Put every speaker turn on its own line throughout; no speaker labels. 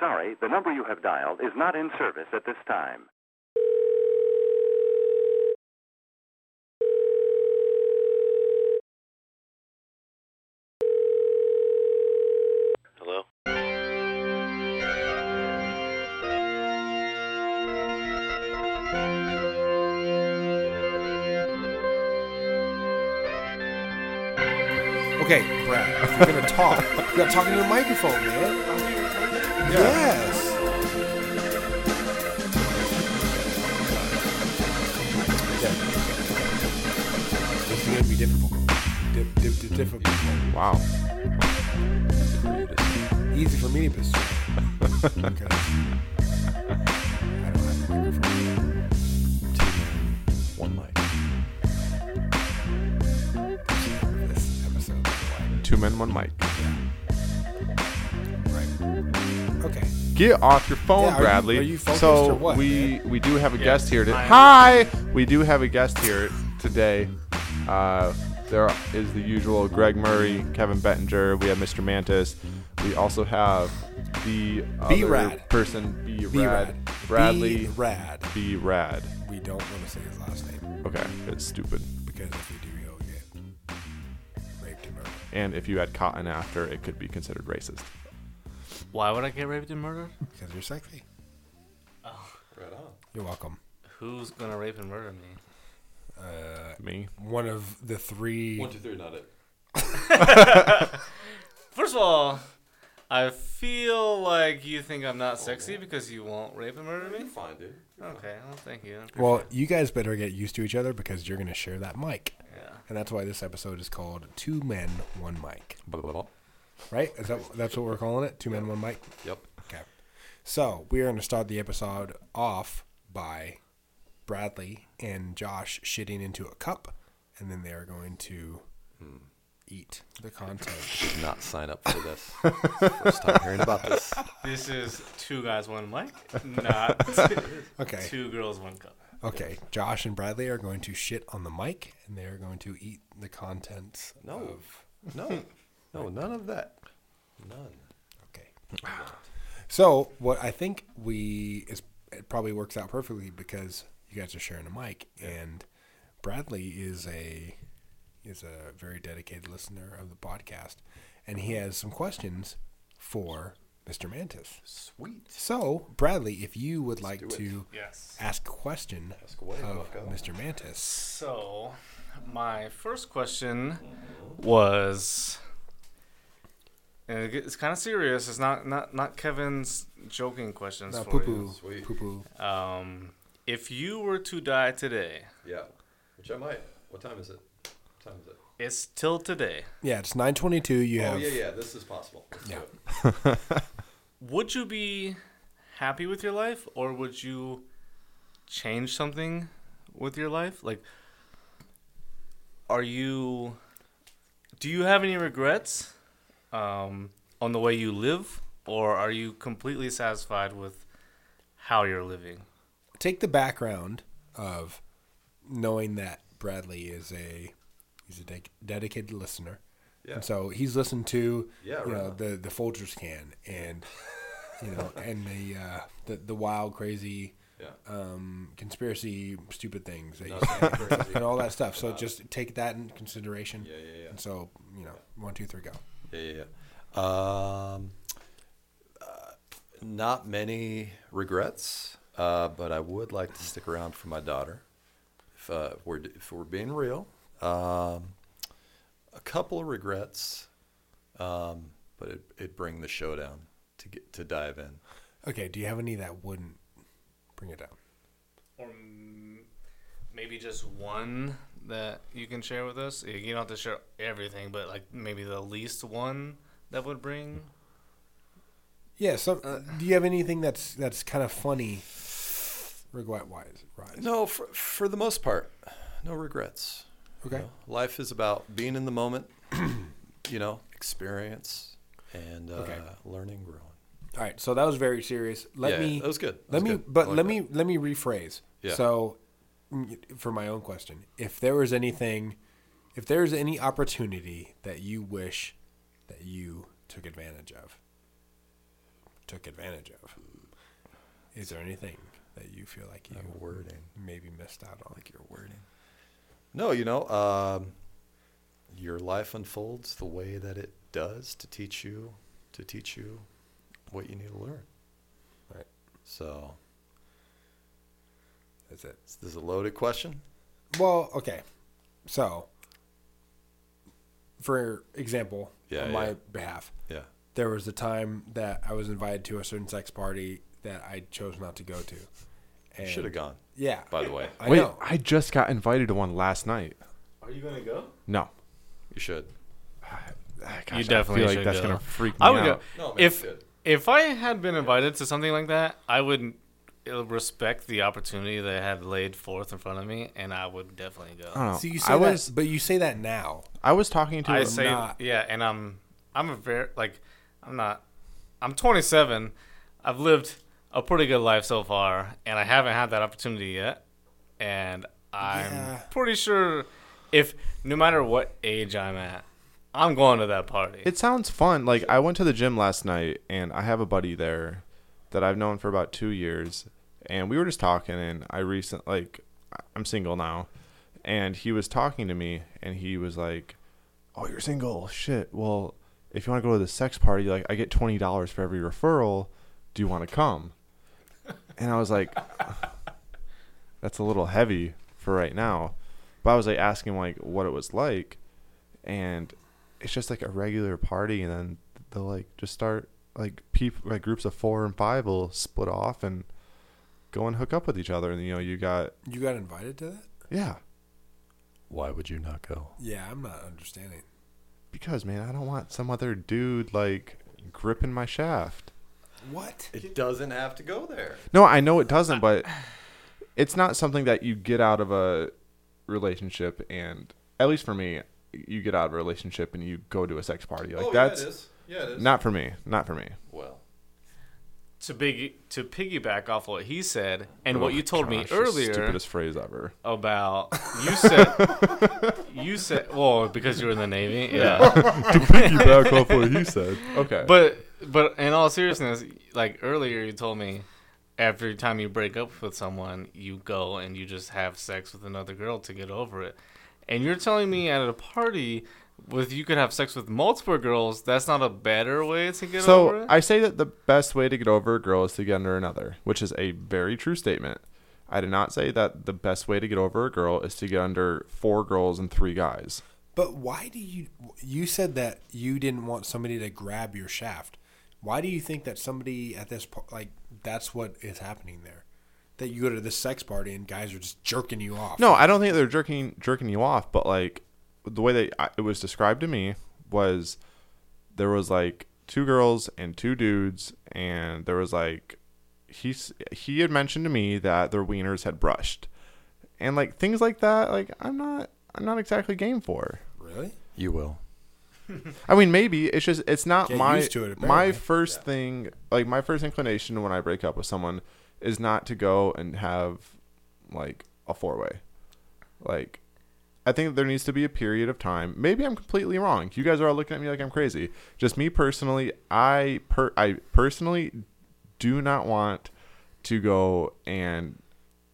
sorry, the number you have dialed is not in service at this time.
Hello?
Okay, Brad, if you're gonna talk, you gotta talk into the microphone, man. Yes. This is gonna be difficult. Dip, dip, dip, difficult.
Wow.
Easy for me to pursue. Okay. I don't have a microphone.
One mic.
This episode.
Two men, one mic.
Right. Okay.
Get off your phone,
Yeah, are you-
Bradley.
are you focused
so
or what,
we we do have a guest here. To,
I am.
hi, we do have a guest here today. Uh, there is the usual Greg Murray, Kevin Bettinger. We have Mr. Mantis. We also have the other
Rad.
person, B
Be
Rad,
rad. Be
Bradley,
rad.
B Rad.
We don't want to say his last name
Okay, it's stupid.
because if we do, he'll get raped and murdered.
And if you add cotton after, it could be considered racist.
Why would I get raped and murdered?
Because you're sexy.
Right on.
You're welcome.
Who's gonna rape and murder me?
Uh,
Me.
one of the three.
One, two, three, not it.
First of all, I feel like you think I'm not sexy because you won't rape and murder me.
You're fine, dude.
Okay, well, thank you. I appreciate
Well,
it.
you guys better get used to each other because you're going to share that mic.
yeah.
And that's why this episode is called Two Men, One Mic. Right? Is that That's what we're calling it? Two Men, One Mic?
Yep.
Okay. So we are going to start the episode off by Bradley and Josh shitting into a cup, and then they are going to eat the content.
Did not sign up for this. First time hearing about this.
This is two guys, one mic, not
Okay.
two girls, one cup.
Okay. Josh and Bradley are going to shit on the mic, and they are going to eat the contents.
No. No. No, none of that. None.
Okay. So what I think we is it probably works out perfectly because you guys are sharing a mic and Bradley is a is a very dedicated listener of the podcast and he has some questions for Mr. Mantis.
Sweet.
So, Bradley, if you would like
do it.
to
Yes.
ask a question
Ask away,
of
bucko.
Mr. Mantis.
So, my first question was, and it get- it's kind of serious. It's not not not Kevin's joking questions
No,
for
poo
you.
poo,
Sweet.
poo poo.
Um, if you were to die today,
Yeah. Which I might. What time is it? What time is it?
it's till today.
Yeah, it's nine twenty two. You
Oh,
have
yeah, yeah. This is possible. Let's do
Yeah.
it.
Would you be happy with your life, or would you change something with your life? Like, are you? Do you have any regrets um, on the way you live, or are you completely satisfied with how you're living?
take the background of knowing that Bradley is a he's a de- dedicated listener,
Yeah.
and so he's listened to
Yeah,
you know
right.
the the Folgers can and you know and the uh, the the wild crazy
Yeah.
um, conspiracy stupid things that you
Not
say
crazy.
and all that stuff. So just take that in consideration.
Yeah, yeah, yeah.
And so you know one two three go.
Yeah, yeah, yeah. Um, uh, not many regrets, uh, but I would like to stick around for my daughter. If, uh, if we're if we're being real, um, a couple of regrets, um, but it it bring the show down to get to dive in.
Okay, do you have any that wouldn't bring it down?
or m- maybe just one that you can share with us. You don't have to share everything, but like maybe the least one that would bring.
Yeah. So, uh, do you have anything that's that's kind of funny, regret wise? Right.
No, for for the most part, no regrets.
Okay.
You know, life is about being in the moment, you know, experience and uh,
Okay.
learning, growing.
All right. So that was very serious. Let
Yeah,
me.
that was good. That
let
was
me.
good. I
But
like
let
that.
me. Let me rephrase.
Yeah.
So, mm, for my own question, if there was anything, if there was any opportunity that you wish that you took advantage of, took advantage of. Is there anything that you feel like you
I'm wording.
maybe missed out on?
like your wording. No, you know, um, your life unfolds the way that it does to teach you to teach you what you need to learn.
Right.
So
That's it.
this is a loaded question.
Well, okay. So, for example,
Yeah,
on my
yeah.
behalf,
Yeah.
there was a time that I was invited to a certain sex party that I chose not to go to. And
Should have gone,
Yeah.
by the way.
I
Wait,
know.
I just got invited to one last night.
Are you gonna go?
No.
You should.
Ah, gosh,
you definitely
I feel
should
like that's
go.
gonna freak me
I would
out.
No,
go
man,
if
it's good.
if I had been invited to something like that, I would uh, respect the opportunity that I had laid forth in front of me, and I would definitely go.
I don't know.
So you say
I
that,
was
but you say that now.
I was talking to
I
a-
say
not-
yeah, and I'm I'm a very like I'm not I'm 27. I've lived a pretty good life so far, and I haven't had that opportunity yet. And I'm
Yeah.
pretty sure if no matter what age I'm at, I'm going to that party.
It sounds fun. Like I went to the gym last night and I have a buddy there that I've known for about 2 years and we were just talking and I recent like I- I'm single now and he was talking to me and he was like, "Oh, you're single. Shit. Well, if you want to go to the sex party, like I get $20 for every referral. Do you want to come?" And I was like, that's a little heavy for right now. But I was like asking like what it was like, and it's just like a regular party, and then they'll like just start like people like groups of four and five will split off and go and hook up with each other, and you know you got
You got invited to that?
yeah
Why would you not go?
Yeah, I'm not understanding.
because man I don't want some other dude like gripping my shaft.
What?
It doesn't have to go there.
No, I know it doesn't,
Uh,
but it's not something that you get out of a relationship, and at least for me. You get out of a relationship and you go to a sex party like that's
is. Yeah, it is.
Not for me. Not for me.
well.
to big to piggyback off what he said and what
Oh,
you told me
gosh, the
earlier
Stupidest phrase ever.
about you said you said well because you were in the navy yeah
Piggyback off what he said. Okay.
but but in all seriousness like earlier you told me every time you break up with someone you go and you just have sex with another girl to get over it and you're telling me at a party with you could have sex with multiple girls that's not a better way to get over
so
it
I say that the best way to get over a girl is to get under another, which is a very true statement. I did not say that the best way to get over a girl is to get under four girls and three guys.
But why do you? You said that you didn't want somebody to grab your shaft. Why do you think that somebody at this par- like that's what is happening there? That you go to this sex party and guys are just jerking you off.
No, I don't think they're jerking jerking you off, but like the way that I, it was described to me was there was like two girls and two dudes, and there was like he's he had mentioned to me that their wieners had brushed, and like things like that. Like I'm not I'm not exactly game for.
really?
You will.
I mean, maybe it's just it's not
Get
my
used to it,
my
apparently.
first thing. Like my first inclination when I break up with someone is not to go and have like a four way. Like, I think there needs to be a period of time. Maybe I'm completely wrong. You guys are all looking at me like I'm crazy. Just me personally, I per I personally do not want to go and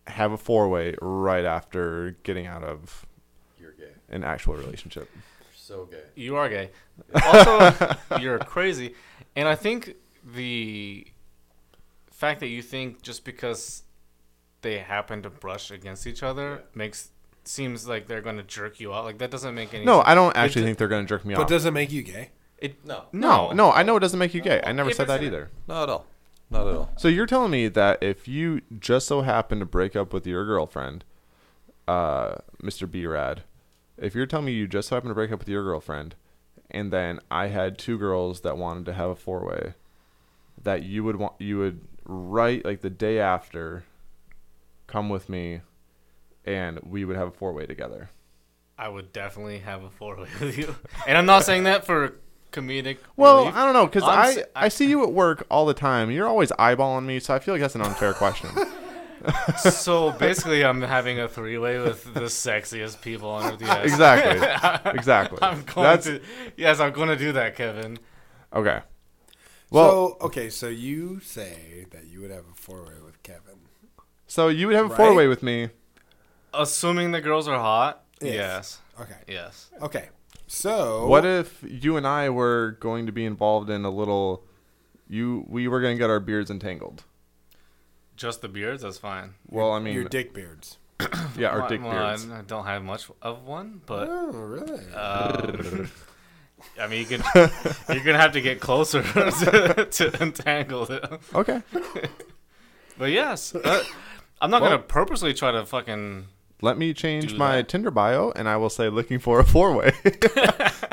have a four way right after getting out of
You're gay. You're
an actual relationship.
so gay.
You are gay. Also, you're crazy. And I think the fact that you think just because they happen to brush against each other makes seems like they're going to jerk you out. Like that doesn't make any
No,
sense.
I don't actually
It-
think they're gonna jerk me off.
But does it make you gay?
It,
No.
No, no, I know it doesn't make you gay. I never
If
said
it's
that
an-
either.
Not at all. Not at all.
So you're telling me that if you just so happen to break up with your girlfriend, uh, Mr. B Rad, if you're telling me you just so happen to break up with your girlfriend, and then I had two girls that wanted to have a four way, that you would want you would right like the day after, come with me, and we would have a four way together.
I would definitely have a four way with you. And I'm not saying that for comedic.
Well,
relief.
I don't know because
I'm
I,
s-
I see you at work all the time. You're always eyeballing me, so I feel like that's an unfair question.
so basically, I'm having a three way with the sexiest people under the earth.
exactly. Exactly.
I'm going
That's
to. Yes, I'm going to do that, Kevin.
okay. Well-
so, okay, so you say that you would have a four way with Kevin.
So you would have a
Right?
four way with me.
Assuming the girls are hot.
Yes.
Yes.
Okay.
Yes.
Okay. So
What if you and I were going to be involved in a little? You we were going to get our beards entangled.
Just the beards. That's fine.
Well, I mean,
your dick beards?
yeah, our
Well,
dick
well,
beards. Uh.
I, I don't have much of one, but
Oh, really?
um, I mean, you can, you're gonna have to get closer to, to entangle it.
Okay,
But yes, uh, I'm not
Well-
gonna purposely try to fucking.
let me change
Do
my
that.
Tinder bio, and I will say looking for a four way.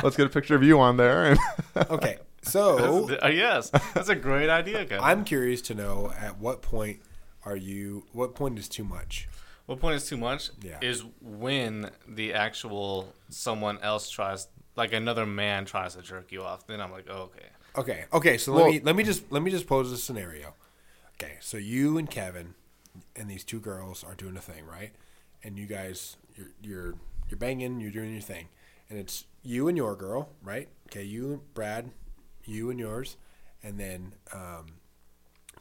Let's get a picture of you on there. And
okay. So
Uh, yes, that's a great idea, guys.
I'm curious to know at what point are you? What point is too much?
What point is too much?
Yeah.
Is when the actual someone else tries, like another man tries to jerk you off. Then I'm like, oh, okay.
Okay. Okay. So
Well-
let me let me just let me just pose a scenario. Okay. So you and Kevin and these two girls are doing a thing, right? And you guys, you're you're you're banging, you're doing your thing, and it's you and your girl, right? Okay. You, Brad, you and yours, and then um,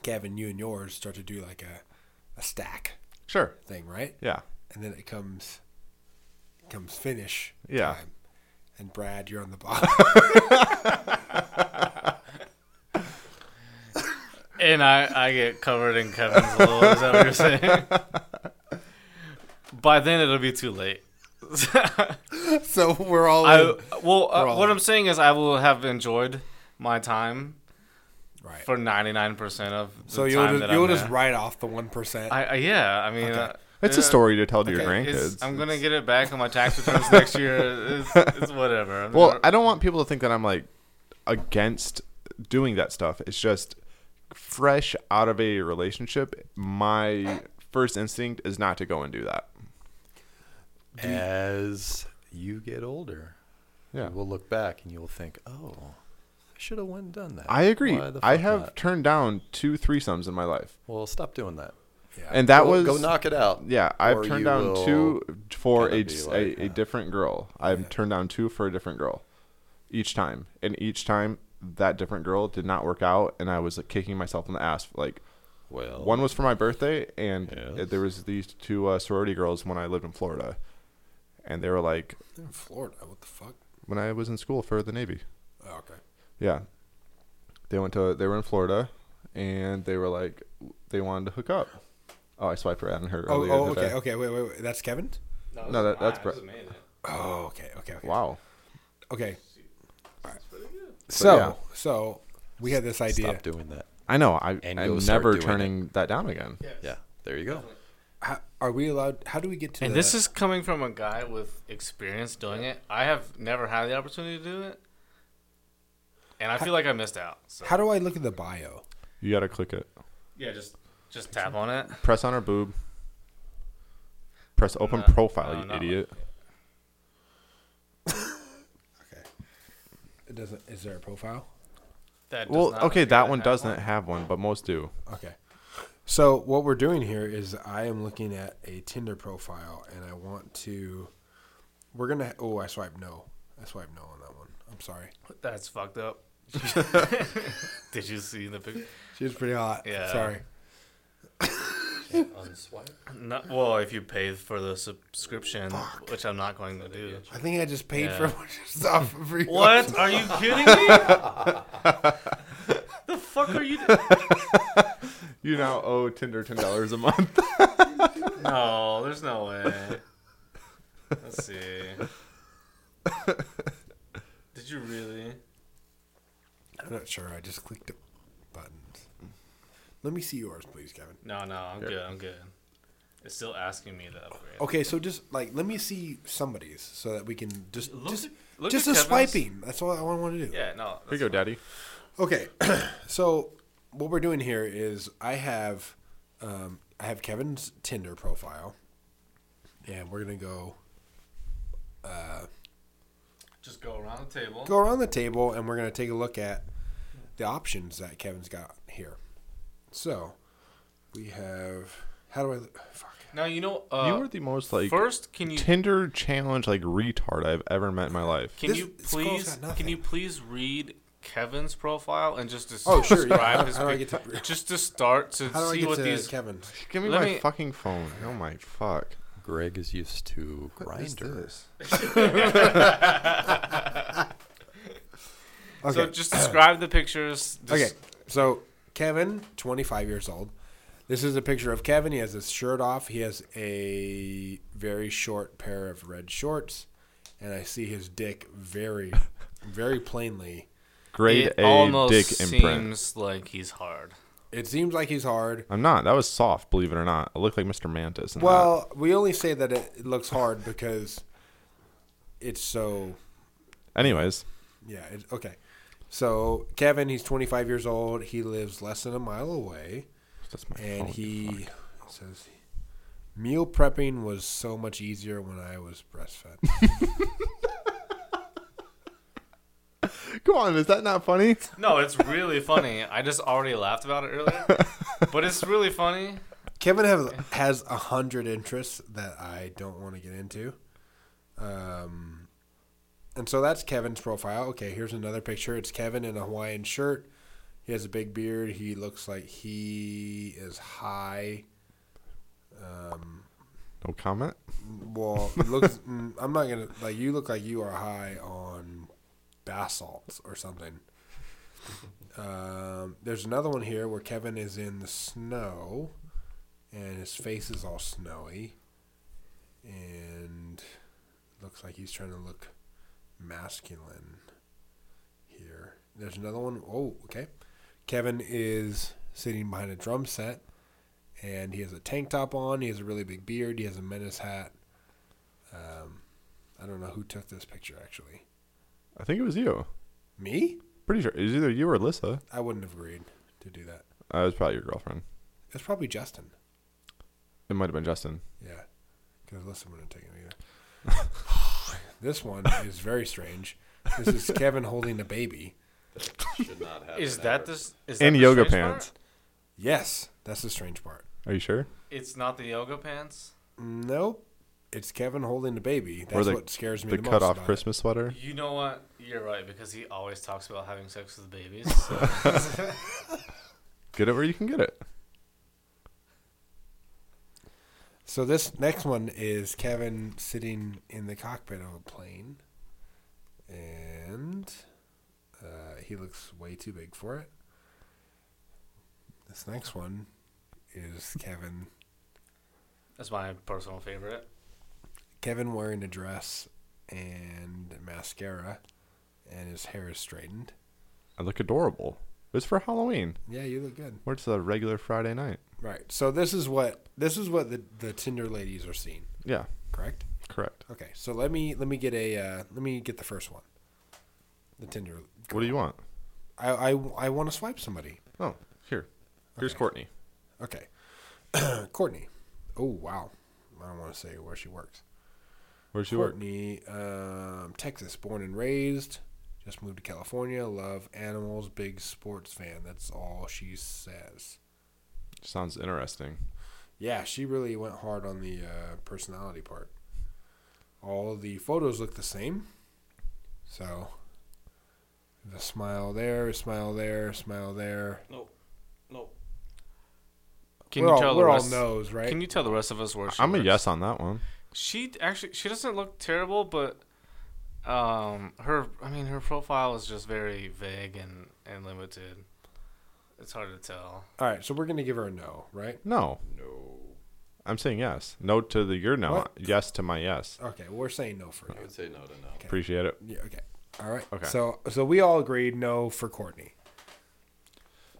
Kevin, you and yours start to do like a a stack
sure.
thing, right?
Yeah.
And then it comes comes finish.
Yeah.
Time. And Brad, you're on the bottom.
And I, I get covered in Kevin's lore. Is that what you're saying? By then it'll be too late.
so we're all in.
I
We're
well, uh,
all
what
in.
I'm saying is I will have enjoyed my time
right.
for 99% of the
So
time
you'll
that
just,
I'm
you'll just
there.
write off the one percent.
I, I yeah, I mean, uh,
It's a
uh,
story to tell to your
Okay,
grandkids.
It's, I'm gonna get it back on my tax returns next year. It's, it's whatever. I'm
Well,
not-
I don't want people to think that I'm like against doing that stuff. It's just fresh out of a relationship. My first instinct is not to go and do that.
As you get older,
Yeah.
you will look back and you will think, "Oh, I should have went and done that."
I agree.
Why the
I
fuck
have
not?"
turned down two threesomes in my life,
Well, stop doing that.
and that
go,
was
go knock it out.
Yeah,
or
I've turned
you
down
will-
two for
kinda
a,
be
a,
like, uh,
a different girl. I've turned down two for a different girl each time. And each time that different girl did not work out and I was like, kicking myself in the ass like
Well,
One was for my birthday, and
Yes.
there was these two uh, sorority girls when I lived in Florida, and they were like,
in Florida, what the fuck?
when I was in school for the Navy.
Oh, okay.
Yeah, they went to they were in Florida, and they were like, they wanted to hook up. Oh, I swiped right on her
Oh,
earlier
oh,
today.
okay, okay. Wait, wait, wait. That's Kevin.
No, that, that's
Bra-
br-
Oh, okay, okay, okay.
wow.
Okay. So,
yeah.
so we had this
stop
idea.
doing that.
I know. I,
And you'll
I'm
start
never
doing it.
turning that down again.
Yeah, there you go.
How, are we allowed? How do we get to?
And
the-
this is coming from a guy with experience doing it. I have never had the opportunity to do it, and I feel like I missed out. So
How do I look at the bio?
You gotta click it.
yeah, just just tap on it.
Press on her boob. Press open
No,
profile,
no,
you
not
idiot.
Okay. It doesn't. Is there a profile?
That does
Well,
not
okay,
appear to
that one
have
doesn't have one, but most do.
Okay. So what we're doing here is I am looking at a Tinder profile and I want to. We're gonna. Oh, I swipe no. I swipe no on that one. I'm sorry.
That's fucked up. Did you see the picture?
She was pretty hot.
Yeah.
Sorry.
No, well, if you pay for the subscription, which I'm not going to do.
I think I just paid
Yeah.
for what you saw for free.
What? Are you kidding me? the fuck are you?
You now owe Tinder ten dollars a month.
No, there's no way. Let's see. Did you really?
I'm not sure. I just clicked the buttons. Let me see yours, please, Kevin.
No, no, I'm good. I'm good. It's still asking me to upgrade.
Oh.
Okay, so just like let me see somebody's so that we can just
Look
just
at- look
just a
at Kevin's.
swiping. That's all I want to do.
Yeah, no.
Here you go, Daddy.
Okay, so what we're doing here is I have um, I have Kevin's Tinder profile, and we're gonna go
Just go around the table.
go around the table and we're gonna take a look at the options that Kevin's got here. So we have how do I fuck.
Now you know. Uh,
you were the most like
first. Can you
Tinder challenge like retard I've ever met in my life.
can
This-
you
this girl's
please
got nothing.
can you please read Kevin's profile and just describe
Oh, sure. Yeah. How,
describe his
how do I
pic-
get to,
just to start to
how do I
see
get
what
to
these
Kevin?
Give me
Let
my
me-
fucking phone. Oh my fuck.
Greg is used to
What is
grinder.
this?
Okay.
so just describe the pictures just,
Okay, so Kevin, 25 years old. This is a picture of Kevin. He has his shirt off. He has a very short pair of red shorts, and I see his dick very, very plainly.
Grade
it
A
almost
dick
seems
imprint.
like he's hard
It seems like he's hard.
I'm not. That was soft, believe it or not. I look like Mr. Mantis. in that.
Well, we only say that it it looks hard because it's so
anyways,
Yeah. It, okay. So Kevin, he's 25 years old. He lives less than a mile away,
that's my
and
phone.
he says meal prepping was so much easier when I was breastfed.
Come on, is that not funny?
no it's really funny i just already laughed about it earlier but it's really funny
Kevin has has a hundred interests that I don't want to get into. Um, and so that's Kevin's profile. Okay, here's another picture. It's Kevin in a Hawaiian shirt. He has a big beard. He looks like he is high. Um,
No comment.
Well, it looks. mm, I'm not gonna like you. Look like you are high on basalt or something. Um, there's another one here where Kevin is in the snow, and his face is all snowy, and looks like he's trying to look masculine. Here, there's another one oh okay. Kevin is sitting behind a drum set and he has a tank top on. He has a really big beard. He has a menace hat. Um, I don't know who took this picture actually.
I think it was you.
Me?
Pretty sure it was either you or Alyssa.
I wouldn't have agreed to do that.
Uh, it was probably your girlfriend.
It's probably Justin.
It might have been Justin.
Yeah, because Alyssa wouldn't have taken it either. this one is very strange. This is Kevin holding a baby.
Should not have
is
an
that
effort.
this is
And
that the
yoga
strange
pants.
part?
Yes, that's the strange part.
Are you sure?
it's not the yoga pants
Nope, it's Kevin holding the baby. That's
the-
what scares me
The
the most.
cut off
about it.
Christmas sweater.
you know what you're right because he always talks about having sex with babies so.
Get it where you can get it.
So this next one is Kevin sitting in the cockpit of a plane, and uh, he looks way too big for it. This next one is Kevin.
that's my personal favorite
Kevin wearing a dress and mascara, and his hair is straightened.
I look adorable. It was for Halloween.
Yeah, you look good.
Where's the regular Friday night?
Right. So this is what this is what the the Tinder ladies are seeing.
Yeah,
Correct.
correct.
Okay. So let me let me get a uh, let me get the first one. The Tinder.
What do you want?
I, I, I want to swipe somebody.
Oh, here. Here's
Okay.
Courtney.
Okay. Courtney. Oh, wow. I don't want to say where she works.
Where's she work?
Courtney, um, Texas, born and raised. Just moved to California. Love animals. Big sports fan. That's all she says.
Sounds interesting.
Yeah, she really went hard on the uh, personality part. All the photos look the same. So, the smile there, smile there, smile there.
can
we're
you
all,
tell
we're
the
all
rest
no's, right?
can you tell the rest of us where she
I'm a
works?
yes on that one.
She actually she doesn't look terrible, but um her I mean her profile is just very vague and and limited. It's hard to tell.
all right, so we're going to give her a no, right?
No. No. I'm saying yes. No to the your no.
What?
Yes to my yes.
Okay, we're saying no for
I
you.
would say no to no.
Appreciate it.
Yeah, okay. All right.
Okay.
So so we all agreed no for Courtney.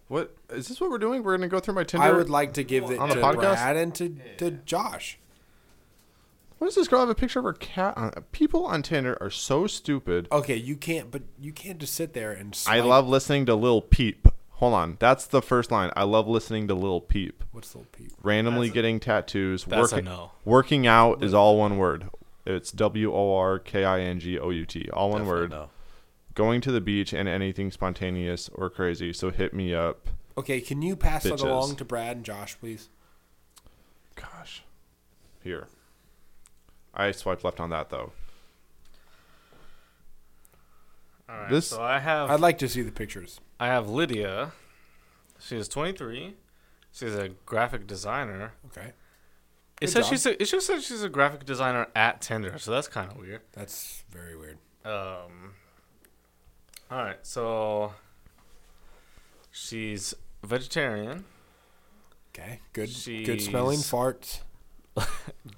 What is this? What we're doing? We're gonna go through my Tinder.
I would like to give it
On a
to
podcast?
Brad and to, to Josh.
What does this girl have a picture of her cat? On? People on Tinder are so stupid.
Okay, you can't but you can't just sit there and
I
swipe-
love listening to Lil Peep. Hold on, that's the first line. I love listening to Lil Peep.
what's the peep?
Randomly getting tattoos.
that's a
working,
no.
Working out is all one word. It's W O R K I N G O U T. All one
Definitely
word.
No.
Going to the beach and anything spontaneous or crazy. So hit me up.
Okay, can you pass that
Bitches.
along to Brad and Josh, please?
Gosh. Here. I swiped left on that though.
All right.
This-
so I have
I'd like to see the pictures.
I have Lydia. She is 23. She's a graphic designer.
Okay,
It
Good
says
job.
she's a, it just says she's a graphic designer at Tinder, so that's kind of weird.
that's very weird.
Um, all right, so she's vegetarian.
Okay, good, good smelling
She's-
farts.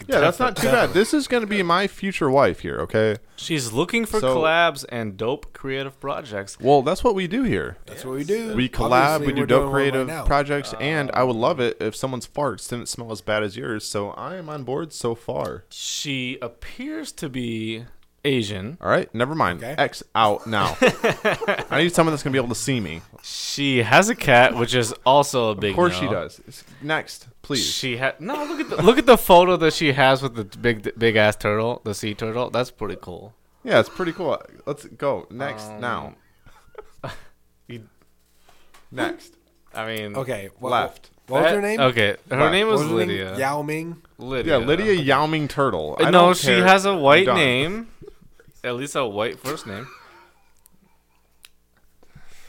Yeah, that's not too bad. This is going to be my future wife here, okay?
She's looking for
So-
collabs and dope creative projects.
Well, that's what we do here.
That's what we do.
We collab,
Obviously,
we do
we're doing
dope
one right
creative
now. Um,
projects, and I would love it if someone's farts didn't smell as bad as yours. So I am on board so far.
She appears to be Asian.
All right, never mind.
Okay.
X out now. I need someone that's going to be able to see me.
She has a cat, which is also a big.
Of course she
no.
does. It's- Next, please.
She had no look at the look at the photo that she has with the big big ass turtle, the sea turtle. That's pretty cool.
Yeah, it's pretty cool. Let's go. Next,
Um,
now.
You-
Next,
I mean,
Okay, what,
left.
What was
that-
her name?
Okay, her
Right.
name
What
was
was her name?
Lydia.
Yao Ming.
Lydia.
Yeah, Lydia Yao Ming Turtle. I
Uh, no,
don't
she
care.
has a white
Done.
name. At least a white first name.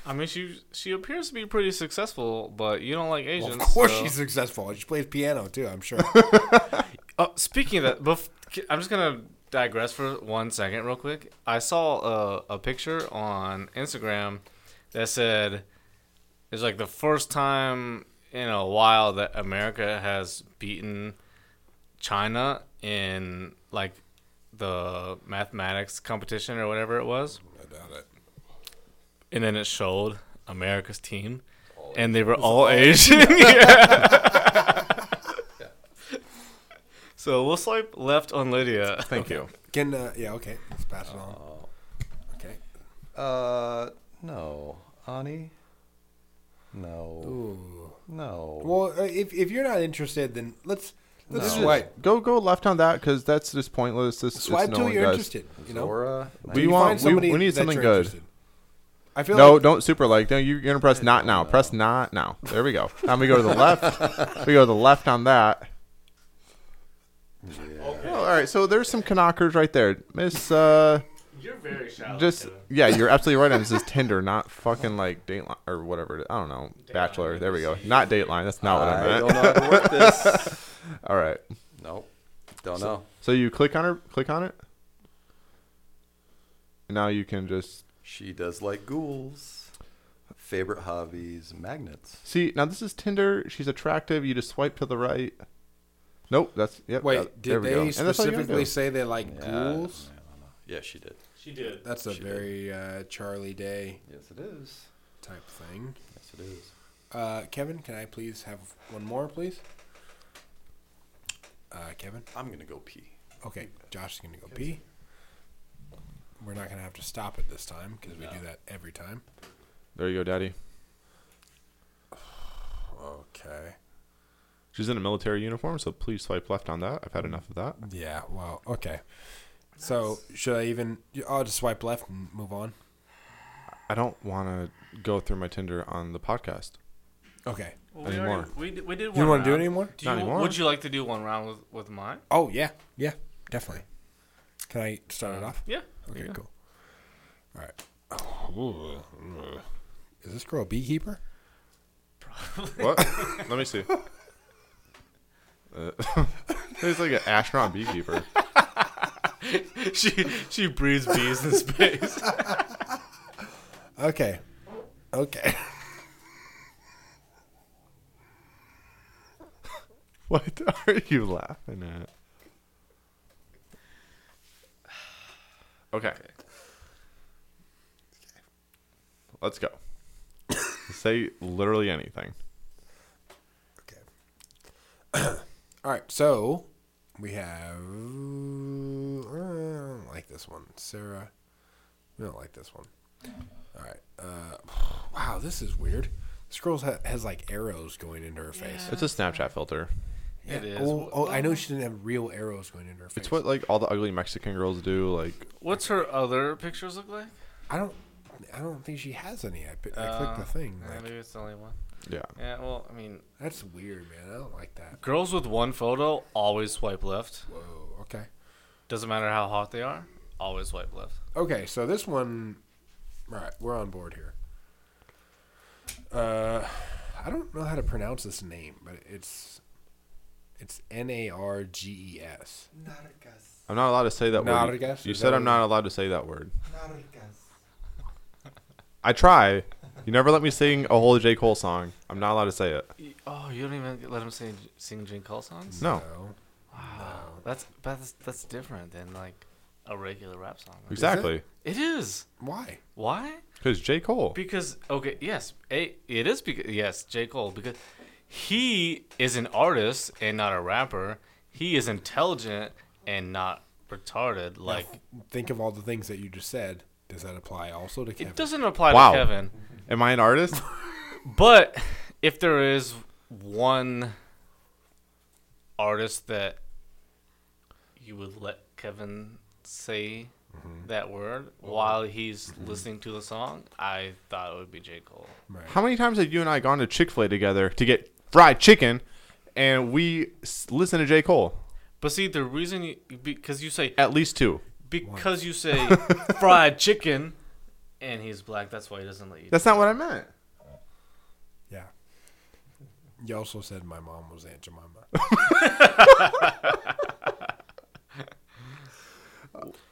I mean, she she appears to be pretty successful, but you don't like
Well,
Asians.
of course,
so-
she's successful. She plays piano too. I'm sure.
Oh, speaking of that, bef- I'm just gonna digress for one second, real quick. I saw a, a picture on Instagram that said it's like the first time in a while that America has beaten China in like the mathematics competition or whatever it was,
I doubt it.
and then it showed America's team, and they were all Asian. Yeah. So we'll swipe left on Lydia.
Thank you.
Can uh, yeah? Okay, let's pass it on. Okay.
Uh, no, Ani. No.
Ooh.
No.
Well, uh, if if you're not interested, then let's let's
No.
swipe.
Go go left on that because that's just pointless. This
Swipe
it's no
till
one
you're
does.
interested. You know,
Zora.
We
You
want-
find somebody
we need
that
something
you're
good.
interested. I feel
No,
like
don't super like. No, you're gonna press not now. Press not now. There we go. Now we go to the left. we go to the left on that. Oh, all right, so there's some knockers right there, Miss. Uh,
You're very shallow.
just yeah, you're absolutely right. on This is Tinder, not fucking like Dateline or whatever. it is. I don't know, Bachelor. There we go. Not Dateline. That's not what
I
I
don't know
meant.
how to work this.
All right,
nope. Don't know.
so you click on her. Click on it. Now you can just
She does like ghouls. Favorite hobbies: magnets.
see. Now this is Tinder. She's attractive. You just swipe to the right. Nope, that's yep.
wait.
that- there
did
we go.
they
And that's all you gotta
specifically
do.
say they like
Yeah,
ghouls?
I don't know. Yeah, she did.
she did.
That's a
She did.
very uh, Charlie Day
Yes, it is.
type thing.
Yes, it is.
Uh, Kevin, can I please have one more, please? Uh, Kevin.
I'm gonna go pee.
Okay, Josh is gonna go pee. We're not gonna have to stop it this time because we do that every time.
There you go, Daddy.
Okay.
She's in a military uniform, so please swipe left on that. I've had enough of that.
Yeah. Wow. Okay. So should I even? I'll just swipe left and move on.
I don't want to go through my Tinder on the podcast.
Okay.
we,
Anymore.
already, we, did- we did one
You
want
want
to
to do it anymore?
Do
Not
you,
anymore.
Would you like to do one round with, with mine?
Oh yeah, yeah, definitely. Can I start it off?
Yeah.
Okay, cool. All right. Is this girl a beekeeper?
What? Let me see. Uh, it's like an astronaut beekeeper.
she she breathes bees in space.
Okay. Okay.
What are you laughing at? Okay. Let's go. Say literally anything.
Okay. All right. So we have. uh, I don't like this one, Sarah. We don't like this one. All right. Uh, wow, this is weird. This girl ha- has like arrows going into her face.
It's a Snapchat filter.
It is.
Oh, oh, I know she didn't have real arrows going into her face.
It's what like all the ugly Mexican girls do. Like
What's her other pictures look like?
I don't. I don't think she has any. I, pi- I
Uh,
clicked the thing.
Yeah,
Like,
maybe it's the only one.
yeah.
Yeah. Well, I mean,
that's weird, man. I don't like that.
girls with one photo always swipe left.
Whoa. Okay.
Doesn't matter how hot they are, always swipe left.
Okay. So this one Right, we're on board here. Uh, I don't know how to pronounce this name, but it's it's N A R G E S.
I'm not allowed to say that word.
Nargas,
You
is
said
that
I'm
what-
not allowed to say that word. I try. You never let me sing a whole J. Cole song. I'm not allowed to say it.
Y- Oh, you don't even let him sing sing Jane Cole songs.
No.
Wow, that's that's that's different than like a regular rap song. right?
Exactly.
It is.
Why?
Why?
Because J. Cole.
Because okay, yes, a, it is because yes, J Cole because he is an artist and not a rapper. He is intelligent and not retarded. Like
Think of all the things that you just said. Does that apply also to Kevin?
it doesn't apply
Wow.
to Kevin.
Am I an artist?
But if there is one artist that you would let Kevin say
Mm-hmm.
that word
Oh.
while he's listening to the song, I thought it would be J. Cole.
How many times have you and I gone to Chick fil A together to get fried chicken and we s- listen to J. Cole?
But see, the reason you, because you say
At least two.
because you say fried chicken, and he's black, that's why he doesn't let you.
That's not what I meant.
Yeah. You also said my mom was Aunt Jemima.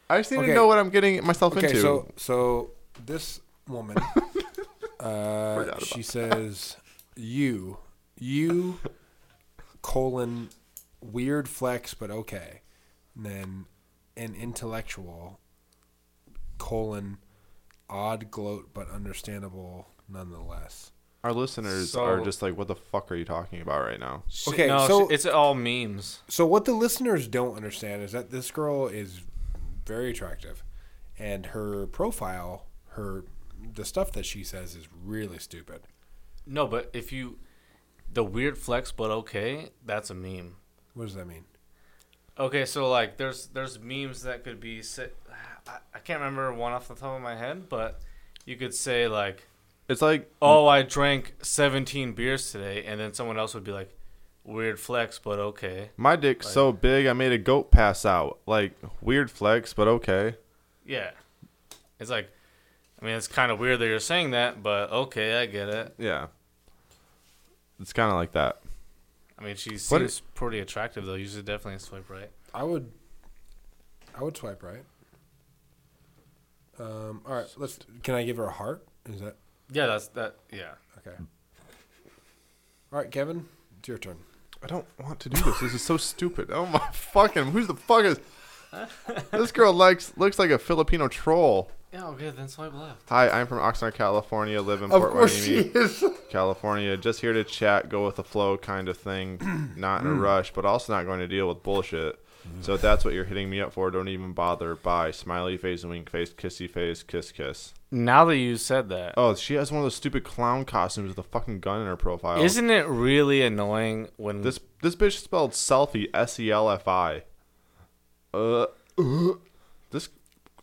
I just need
Okay.
to know what I'm getting myself
Okay,
into.
so so this woman, uh, she says, "You, you, colon, weird flex, but okay." And then, an intellectual, colon, odd gloat, but understandable nonetheless.
Our listeners
So-
are just like, what the fuck are you talking about right now?
Shit,
Okay,
no,
so-
sh- it's all memes.
So what the listeners don't understand is that this girl is very attractive, and her profile, her the stuff that she says is really stupid.
No, but if you, the weird flex, but okay, that's a meme.
What does that mean?
Okay, so like there's there's memes that could be sa- I, I can't remember one off the top of my head, but you could say like,
It's like,
"Oh, I drank 17 beers today," and then someone else would be like, "Weird flex, but okay."
my dick's so big, I made a goat pass out. Like, weird flex, but okay.
Yeah. It's like I mean, it's kind of weird that you're saying that, but okay, I get it.
Yeah. It's kind of like that.
I mean, she
What
seems pretty attractive though. You should definitely swipe right.
I would, I would swipe right. Um. All right. Let's. Can I give her a heart? Is that
Yeah, that's that. Yeah.
okay? All right, Kevin. It's your turn.
I don't want to do this. This is so stupid. Oh my fucking! Who's the fuck is? This girl likes looks like a Filipino troll.
Yeah, okay, then swipe left.
Hi, I'm from Oxnard, California. Live in Port Hueneme,
is.
California. Just here to chat, go with the flow, kind of thing. Not
Mm.
in a rush, but also not going to deal with bullshit. So if that's what you're hitting me up for, don't even bother. Bye. Smiley face and wink face, kissy face, kiss kiss.
Now that you said that,
Oh, she has one of those stupid clown costumes with a fucking gun in her profile.
isn't it really annoying when
This this bitch spelled selfie S E L F I. Uh, uh, this,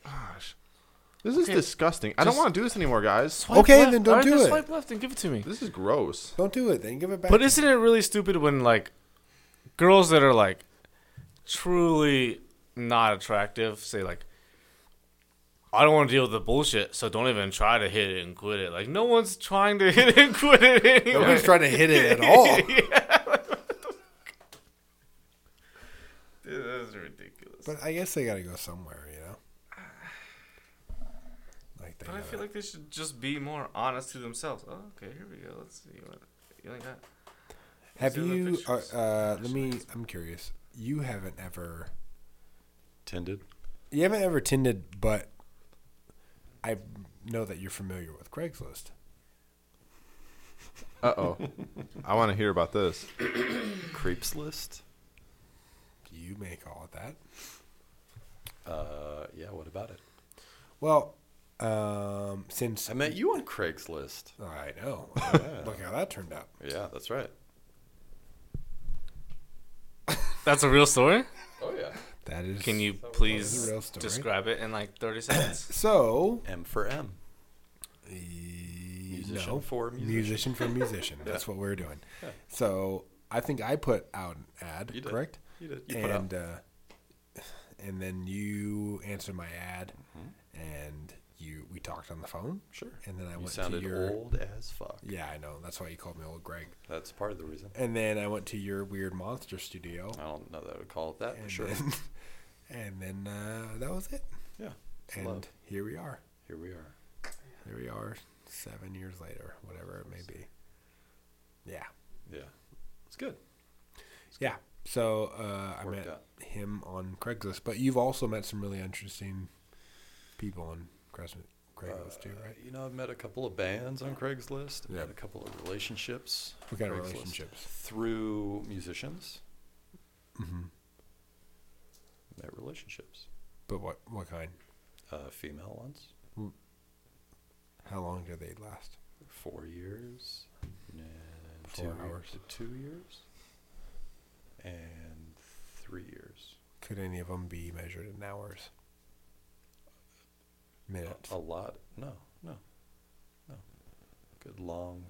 gosh, this is
Okay,
disgusting. I don't want to do this anymore, guys.
Swipe
Okay,
left.
then don't
Alright,
do
just
it.
Swipe left and give it to me.
This is gross.
Don't do it. Then give it back.
But isn't it really stupid when like girls that are like truly not attractive say like, "I don't want to deal with the bullshit, so don't even try to hit it and quit it." Like no one's trying to hit it and quit it. Anyway.
nobody's trying to hit it at all?
Dude, that's ridiculous. But,
But I guess they got to go somewhere, you know. Like they.
I
gotta-
feel like they should just be more honest to themselves. Oh, okay, here we go. Let's see what you ain't got.
Have
See what the
you? Uh,
pictures-
uh, let me. I'm curious. You haven't ever.
Tended.
You haven't ever Tended, but I know that you're familiar with Craigslist.
Uh oh. I want to hear about this.
Creeps list.
You may call it that.
Uh, yeah. What about it?
Well, um, since
I met you on Craigslist.
I know. Look how that turned out.
Yeah, that's right.
That's a real story.
Oh yeah.
That is.
Can you
That's
please
a real story.
describe it in like 30 seconds?
So.
M for M. E,
Musician
Musician for musician.
Musician for musician. That's what we're doing. So I think I put out an ad.
You did.
Correct.
You did. You put out-
and uh, and then you answered my ad, and you we talked on the phone.
Mm-hmm. Sure.
And then I
You
went to
sounded
your.
old as fuck.
Yeah, I know. That's why you called me old Greg.
That's part of the reason.
And then I went to your weird monster studio.
I don't know that I would call it that, but
and
Oh, sure.
Then, and then uh, that was it.
Yeah. it's
And
love.
here we are.
Here we are.
Here we are, seven years later, whatever it may be. Yeah.
Yeah. It's good.
Yeah. So uh, I
Worked
met
out.
him on Craigslist, but you've also met some really interesting people on Craigslist, Craigslist too, right?
You know, I've met a couple of bands on Craigslist. I've
Yeah.
Met a couple of relationships.
What kind of
Craigslist
relationships?
Through musicians.
Mhm.
Met relationships.
But what what kind?
Uh, female ones.
How long do they last?
Four years. And
Four
two
hours.
Years, two years. And three years.
Could any of them be measured in hours?
A-
Minutes.
A, lot. No, no, no. Good long,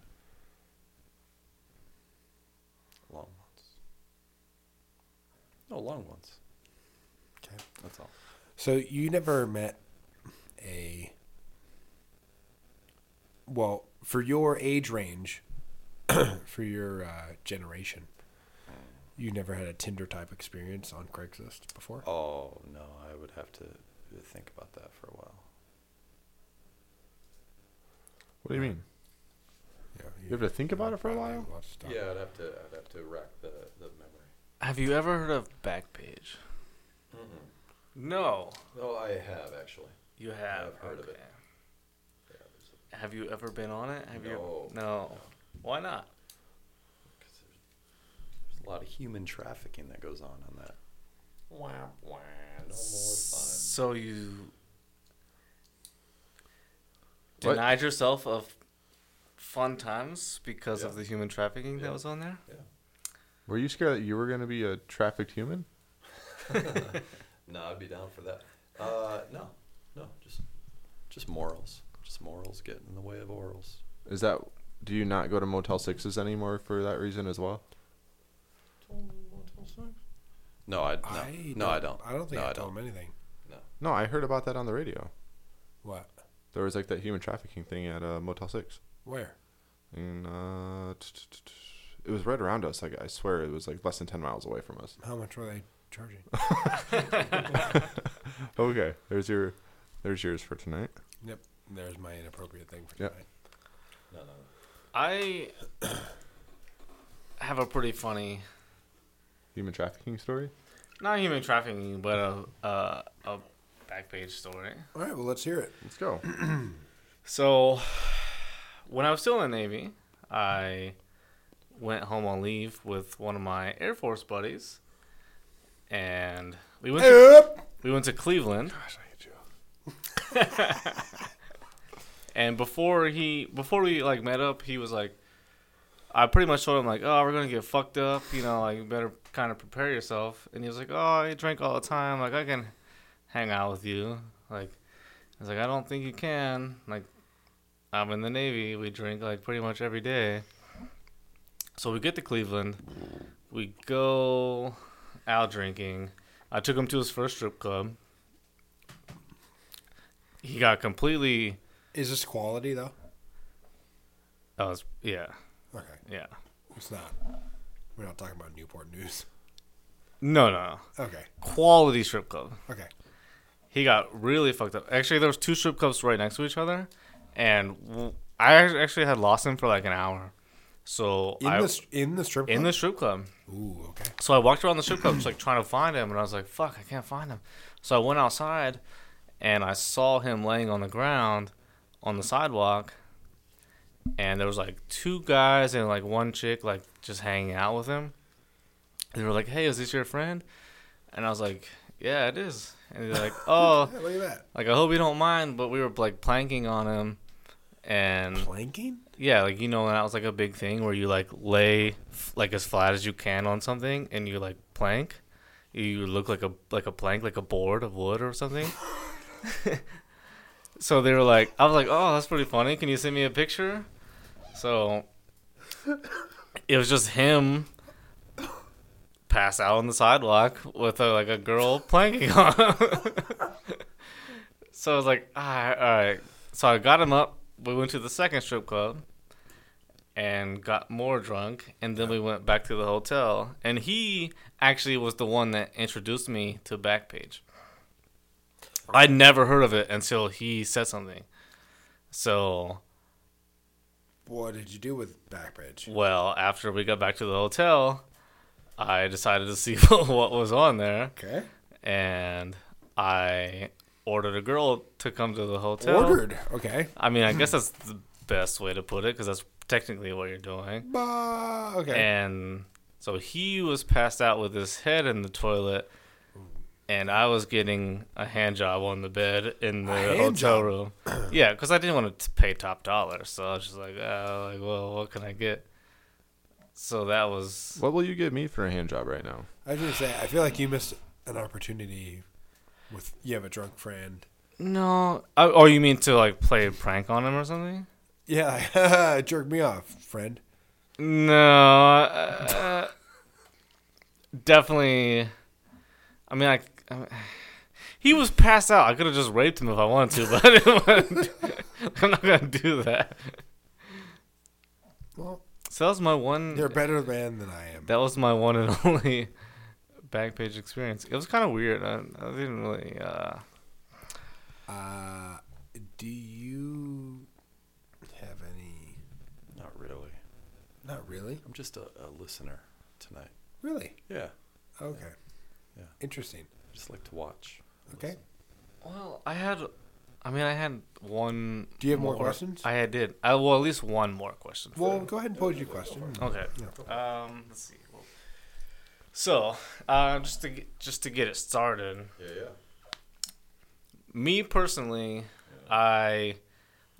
long ones. No, long ones.
Okay.
That's all.
So you never met a well for your age range, for your uh, generation. You never had a Tinder type experience on Craigslist before.
Oh no, I would have to think about that for a while.
What do you mean?
Yeah,
You have to think about it for a
probably
while.
lots of stuff.
I'd have to. I'd have to rack the the memory.
Have you ever heard of Backpage? No.
No, Oh, I have actually.
You have.
Mm-hmm. I've heard of it.
okay. Have you ever been on it? Have
No.
you? No. Why not?
Because there's, there's a lot of human trafficking that goes on on that. Wah, wah, no more fun.
So you
What?
denied yourself of fun times because of
Yeah.
the human trafficking
Yeah.
that was on there.
Were you scared that you were going to be a trafficked human?
No, I'd be down for that. Uh, no, no, just just morals. Just morals get in the way of orals.
Is that do you not go to Motel Sixes anymore for that reason as well?
No, I no,
I
no, I don't.
I don't think
no,
I,
I
told him
don't.
anything.
No, I heard about that on the radio.
What?
There was like that human trafficking thing at uh, Motel Six.
Where?
And uh, t- t- t- it was right around us. Like I swear, it was like less than ten miles away from us.
How much were they charging?
Okay, there's your, there's yours for tonight.
yep. There's my inappropriate thing for
Yep.
tonight.
No, no,
I have a pretty funny,
Human trafficking story.
not human trafficking, but a a, a Backpage story.
All right. Well, let's hear it.
Let's go.
So, when I was still in the Navy, I went home on leave with one of my Air Force buddies, and we went to, we went to Cleveland.
Gosh, I hate you.
And before he before we like met up, he was like, I pretty much told him like, oh, we're gonna get fucked up, you know, like you better kind of prepare yourself. And he was like, oh, I drink all the time, like I can hang out with you. Like, I was like, I don't think you can. Like, I'm in the Navy, we drink like pretty much every day. So we get to Cleveland, we go out drinking. I took him to his first strip club. He got completely
Is this quality though?
I was yeah,
Okay.
yeah.
It's not. We're not talking about Newport News.
No, no, no.
Okay.
Quality strip club.
Okay.
He got really fucked up. Actually, there was two strip clubs right next to each other, and w- I actually had lost him for like an hour. So
In
I
the the in the strip.
in the
club?
strip club.
Ooh. Okay.
So I walked around the strip club, just like trying to find him, and I was like, "Fuck, I can't find him." So I went outside, and I saw him laying on the ground, on the sidewalk, and there was like two guys and like one chick, like just hanging out with him. And they were like, "Hey, is this your friend?" And I was like, "Yeah, it is." And they're like, "Oh,
Yeah, look at that.
like I hope you don't mind, but we were like planking on him, and
Planking.
yeah, like you know, that was like a big thing where you like lay f- like as flat as you can on something, and you like plank. You look like a like a plank, like a board of wood or something. so they were like, I was like, oh, that's pretty funny. Can you send me a picture? So it was just him pass out on the sidewalk with a, like a girl planking on him. so I was like, ah, all right, So I got him up. We went to the second strip club and got more drunk. And then we went back to the hotel. And he actually was the one that introduced me to Backpage. I never heard of it until he said something. So,
What did you do with Backbridge?
well, after we got back to the hotel, I decided to see what was on there.
Okay.
and I ordered a girl to come to the hotel.
Ordered. Okay.
I mean, I guess that's the best way to put it because that's technically what you're doing.
Bah,
Eh.
okay.
And so he was passed out with his head in the toilet, and I was getting a hand job on the bed in the
hand
hotel
job?
room. yeah, because I didn't want to pay top dollar, so I was just like, uh, like, well, what can I get? So that was
What will you give me for a hand job right now?
I was gonna say I feel like you missed an opportunity with you have a drunk friend.
no. Oh, oh, you mean to like play a prank on him or something?
Yeah, jerk me off, friend.
No, uh, definitely. I mean, I, I- he was passed out. I could have just raped him if I wanted to, but I didn't want to, I'm not gonna do that.
Well,
So that was my one.
you're a better man than I am.
That was my one and only backpage experience. It was kind of weird. I, I didn't really. Uh,
Uh, do you have any?
Not really.
Not really.
I'm just a, a listener tonight.
Really?
Yeah.
Okay.
Yeah.
Interesting.
I just like to watch.
Okay.
well, I had. I mean, I had one.
Do you have more questions?
I had did. I well, at least one more question.
Well, go ahead and pose your question.
Okay. Um, let's see. So, uh, just to get, just to get it started,
Yeah, yeah.
me personally, I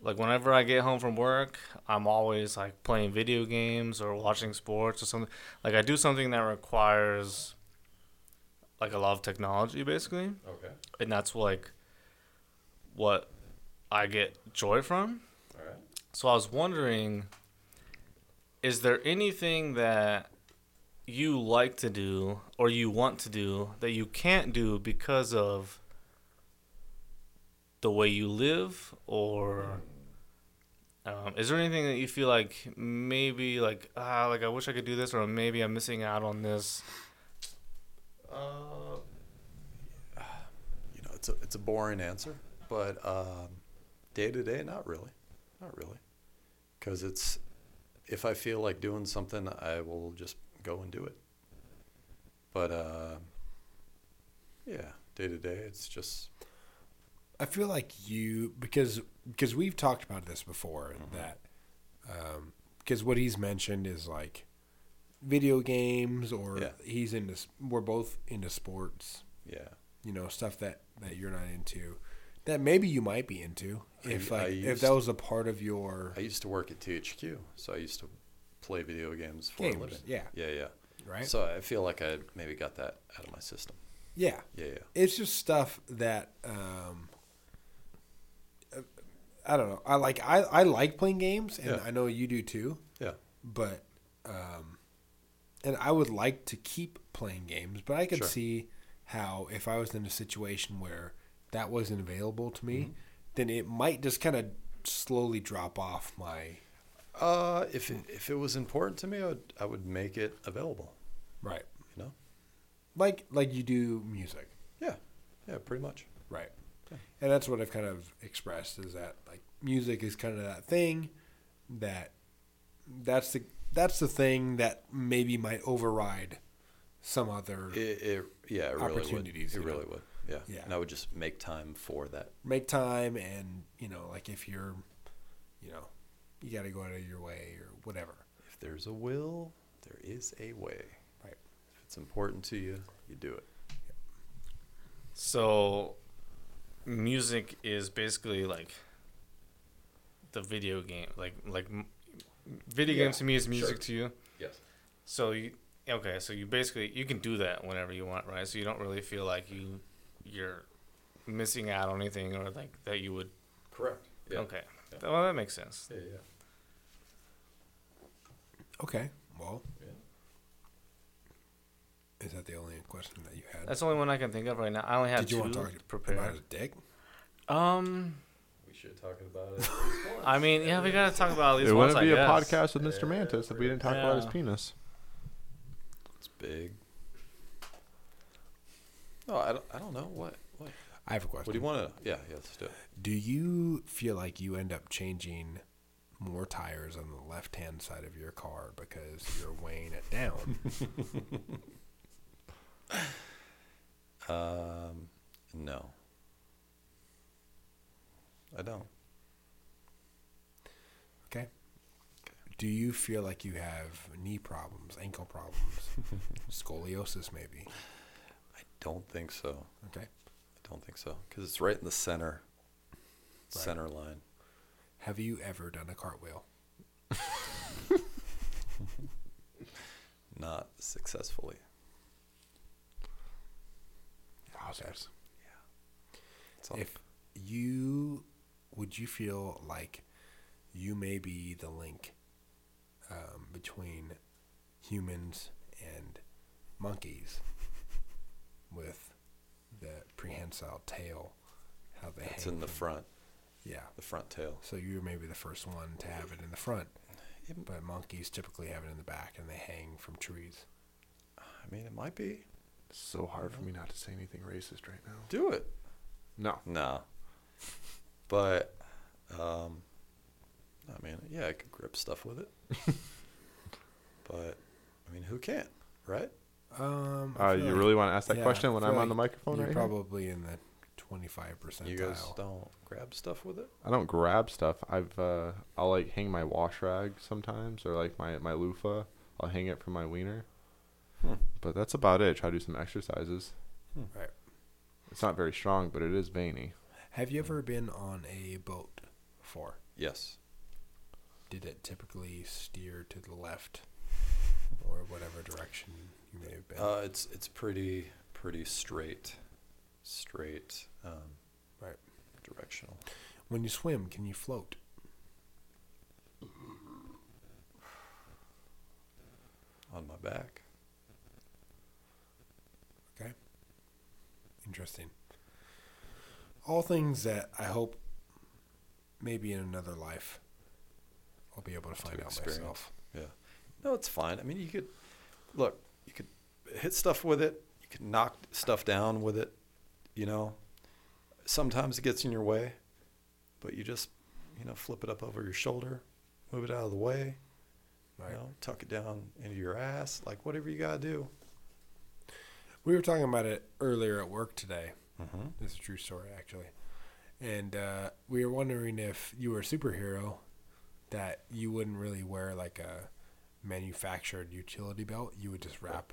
like whenever I get home from work, I'm always like playing video games or watching sports or something. Like I do something that requires like a lot of technology, basically,
Okay.
and that's like what I get joy from.
All right.
So I was wondering, is there anything that you like to do or you want to do that you can't do because of the way you live, or um, is there anything that you feel like maybe like ah like I wish I could do this, or maybe I'm missing out on this?
Uh, you know, it's a it's a boring answer, but um, day to day, not really, not really, because it's if I feel like doing something, I will just go and do it. But uh, yeah, day to day, it's just
I feel like you because because we've talked about this before
Mm-hmm.
that um, because what he's mentioned is like video games or
Yeah.
he's into s- we're both into sports
yeah.
you know stuff that that you're not into that maybe you might be into if
I
like if
used-
that was a part of your
I used to work at THQ, so I used to play video games for
Games,
a living.
yeah.
yeah, yeah.
Right?
So I feel like I maybe got that out of my system.
yeah
Yeah, yeah.
it's just stuff that um uh, I don't know I like I I like playing games and
Yeah.
I know you do too
Yeah.
but um, and I would like to keep playing games, but I could
Sure.
see how if I was in a situation where that wasn't available to me, then it might just kind of slowly drop off my
Uh, if it, if it was important to me, I would, I would make it available.
right,
You know?
like like you do music,
Yeah, yeah, pretty much.
right, and that's what I've kind of expressed is that like music is kind of that thing that that's the that's the thing that maybe might override some other
It, it yeah, it really would.
Opportunities, you
It
know?
really would. Yeah.
Yeah.
And I would just make time for that.
make time and you know like if you're you know you got to go out of your way or whatever
If there's a will, there is a way.
right
If it's important to you, you do it.
So, music is basically like the video game, like like m- video games to me is music to you.
Yes.
So you okay? So you basically you can do that whenever you want, right? So you don't really feel like you you're missing out on anything or like that you would.
Correct.
Okay, well that makes sense.
Yeah, yeah.
okay well
Yeah.
is that the only question that you had
That's the only one I can think of right now. I only have
did you
two
want to talk
prepared.
about a dick
Um,
We shit talking about it.
I mean, yeah, we gotta talk about at
It
least once.
wouldn't
I
be a
guess.
podcast with Mr. Mantis if we didn't talk about his
Yeah.
penis.
It's big. No, I don't, I don't know what, what.
I have a question.
What do you want to? Yeah, yeah, let's do it.
Do you feel like you end up changing more tires on the left hand side of your car because you're weighing it down?
Um, no, I don't.
okay. Do you feel like you have knee problems, ankle problems, scoliosis maybe?
I don't think so.
Okay.
I don't think so because it's right in the center, center line.
Have you ever done a cartwheel?
Not successfully.
Wowzers.
It's all,
If you would you feel like you may be the link um, between humans and monkeys with the prehensile tail, how they
it's
hang
in the
from-
front,
yeah.
the front tail.
So you may be the first one to have it in the front,
It,
but monkeys typically have it in the back and they hang from trees.
I mean, it might be.
It's so hard for me not to say anything racist right now.
Do it.
No.
No. But, um, I mean, yeah, I could grip stuff with it. but, I mean, who can't, right?
Um, I
Uh,
feel
you
like-
really want to ask that
yeah,
question
I
when
feel
I'm on
like
the microphone
You're
right now?
probably in the twenty-five percentile.
You guys don't grab stuff with it?
I don't grab stuff. I've uh, I'll like hang my wash rag sometimes, or like my my loofah. I'll hang it from my wiener.
Hmm.
But that's about it. Try to do some exercises.
Right.
It's not very strong, but it is veiny.
Have
Hmm.
you ever been on a boat before?
Yes.
Did it typically steer to the left or whatever direction you may have been?
Uh, it's it's pretty pretty straight, straight, um,
right.
directional.
When you swim, can you float?
On my back,
Okay. Interesting. All things that I hope maybe in another life I'll be able to find out
experience.
myself.
Yeah. No, it's fine. I mean, you could look. You could hit stuff with it. You could knock stuff down with it. You know, sometimes it gets in your way, but you just you know flip it up over your shoulder, move it out of the way.
Right.
You know, tuck it down into your ass. Like whatever you gotta do.
We were talking about it earlier at work today. This is a true story, actually. And uh, we were wondering if you were a superhero, that you wouldn't really wear like a manufactured utility belt. You would just wrap,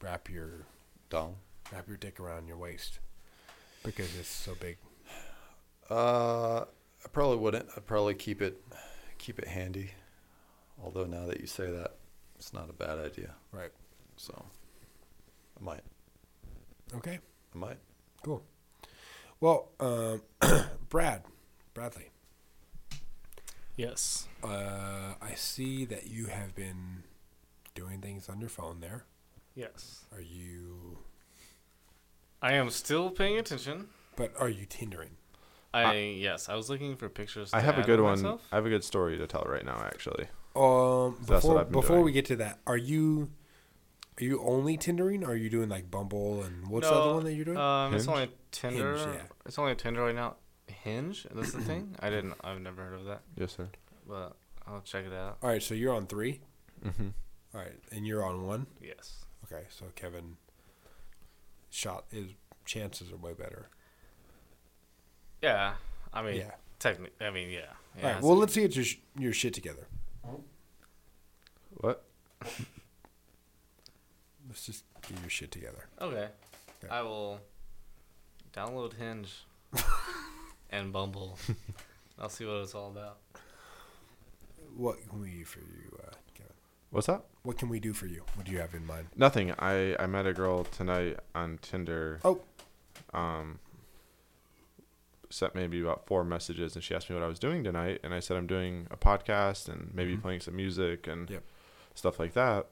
wrap your
Dong.
wrap your dick around your waist because it's so big.
Uh, I probably wouldn't. I'd probably keep it keep it handy. Although now that you say that, it's not a bad idea.
Right.
So I might.
Okay.
I might.
Cool. Well, um, Brad, Bradley,
Yes.
uh, I see that you have been doing things on your phone. There,
Yes.
are you?
I am still paying attention.
But are you tindering?
I, yes, I was looking for pictures.
I
to
have a
add
good
of
one.
myself.
I have a good story to tell right now, actually.
Um,
So that's what
before
I've been
before we
doing.
get to that, are you are you only Tindering? Or are you doing like Bumble and what's the other one that you're doing?
Um, it's
Hinge?
only Tinder.
Hinge, yeah.
It's only Tinder right now. Hinge. That's the thing. I didn't. I've never heard of that,
Yes, sir.
but I'll check it out.
All right, so you're on three. Mm-hmm. right, and you're on one.
Yes.
Okay, so Kevin shot his chances are way better.
Yeah. I mean,
Yeah.
technically. I mean, yeah. yeah
All right,
it's-
well let's get your sh- your shit together.
What?
Let's just get your shit together.
okay.
Okay.
I will download Hinge and Bumble. I'll see what it's all about.
What can we do for you, uh, Kevin?
What's up?
What can we do for you? What do you have in mind?
Nothing. I I met a girl tonight on Tinder.
Oh,
sent maybe about four messages and she asked me what I was doing tonight and I said I'm doing a podcast and maybe
Mm-hmm.
playing some music and
Yep.
stuff like that.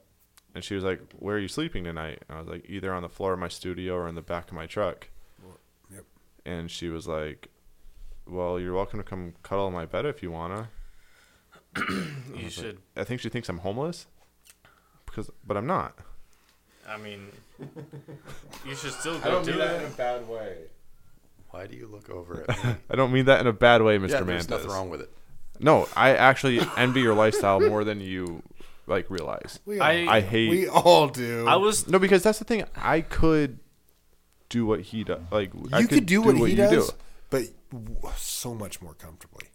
And she was like, "Where are you sleeping tonight?" And I was like, "Either on the floor of my studio or in the back of my truck."
yep.
And she was like, well, you're welcome to come cuddle on my bed if you wanna.
You should.
I think she thinks I'm homeless, because but I'm not.
I mean, you should still go do it.
a bad way.
Why do you look over at me?
I don't mean that in a bad way, Mr.
yeah,
Mantis.
there's nothing wrong with it.
No, I actually envy your lifestyle more than you like realize.
We all,
I-
I hate
we all do.
I was
No, because that's the thing. I could do what he does. Like I
you could, do what, he
you
does, but w- so much more comfortably.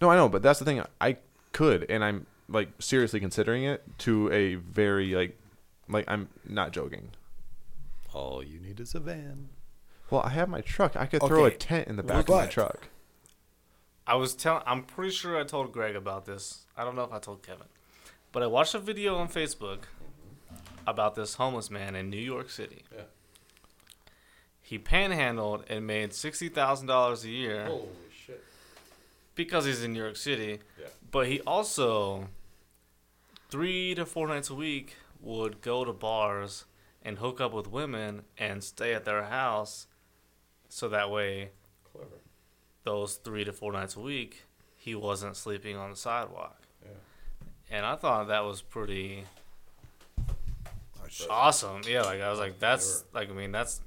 No, I know, but that's the thing. I could, and I'm like seriously considering it to a very like, like I'm not joking.
All you need is a van.
Well, I have my truck. I could throw a
Okay,
tent in the back of my
but-
truck.
I was telling I'm pretty sure I told Greg about this. I don't know if I told Kevin. But I watched a video on Facebook about this homeless man in New York City. Yeah. He panhandled and made sixty thousand dollars a year
Holy shit!
because he's in New York City.
Yeah.
But he also three to four nights a week would go to bars and hook up with women and stay at their house so that way
Clever.
those three to four nights a week, he wasn't sleeping on the sidewalk. And I thought that was pretty
I should-
Uh,
awesome. Yeah, like I was like, that's like I mean, that's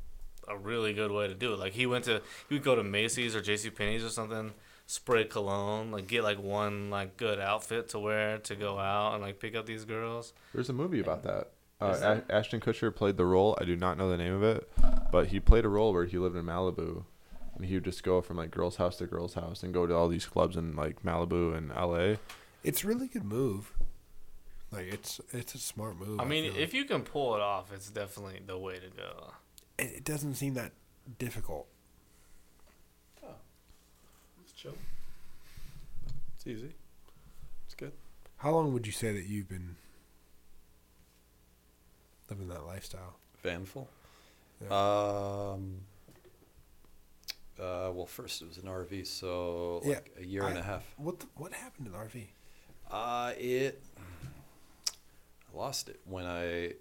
a really good way to do it. Like he went to he would go to Macy's or J.C. Penney's or something, spray cologne, like get like one like good outfit to wear to go out and like pick up these girls.
There's a movie about that.
Is
Uh,
there?
A- Ashton Kutcher played the role. I do not know the name of it, but he played a role where he lived in Malibu, and he would just go from like girl's house to girl's house and go to all these clubs in like Malibu and L.A.
It's a really good move. Like it's it's a smart move.
I mean,
feel
if you can pull it off, it's definitely the way to go.
like. it it doesn't seem that difficult.
It's chill. It's easy. It's good.
How long would you say that you've been living that lifestyle?
Vanful.
Yeah.
Um. Uh, well, first it was an RV, so
Yeah,
like a year and
I-
a half.
What the, what happened to the RV?
Uh, it I lost it when I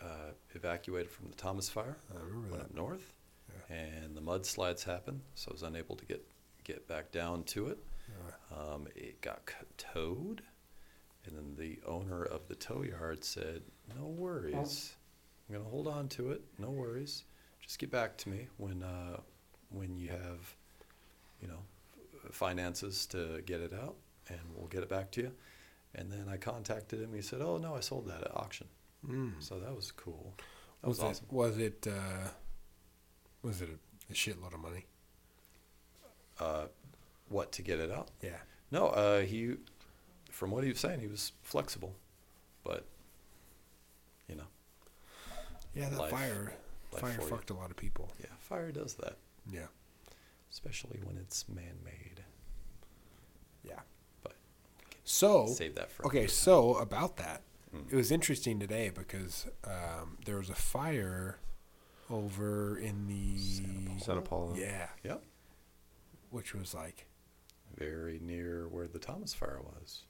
uh, evacuated from the Thomas Fire.
I remember
went
that.
up north, and the mudslides happened, so I was unable to get get back down to it. Um, it got c- towed, and then the owner of the tow yard said, "No worries, I'm gonna hold on to it. No worries, just get back to me when uh, when you have, you know, f- finances to get it out, and we'll get it back to you." And then I contacted him. He said, "Oh no, I sold that at auction." So that was cool. That was,
was
awesome.
it was it uh, was it a, a shitload of money?
What to get it out?
Yeah.
No, uh, he, from what he was saying, he was flexible, but you know,
Yeah, that
Life-
fire
life
fire
for you.
fucked a lot of people.
yeah, fire does that,
Yeah.
especially when it's man-made.
Yeah.
But
So
save that for
Okay,
another time.
so about that, it was interesting today because um, there was a fire over in the
Santa Paula.
yeah,
Yep,
which was like
very near where the Thomas fire was.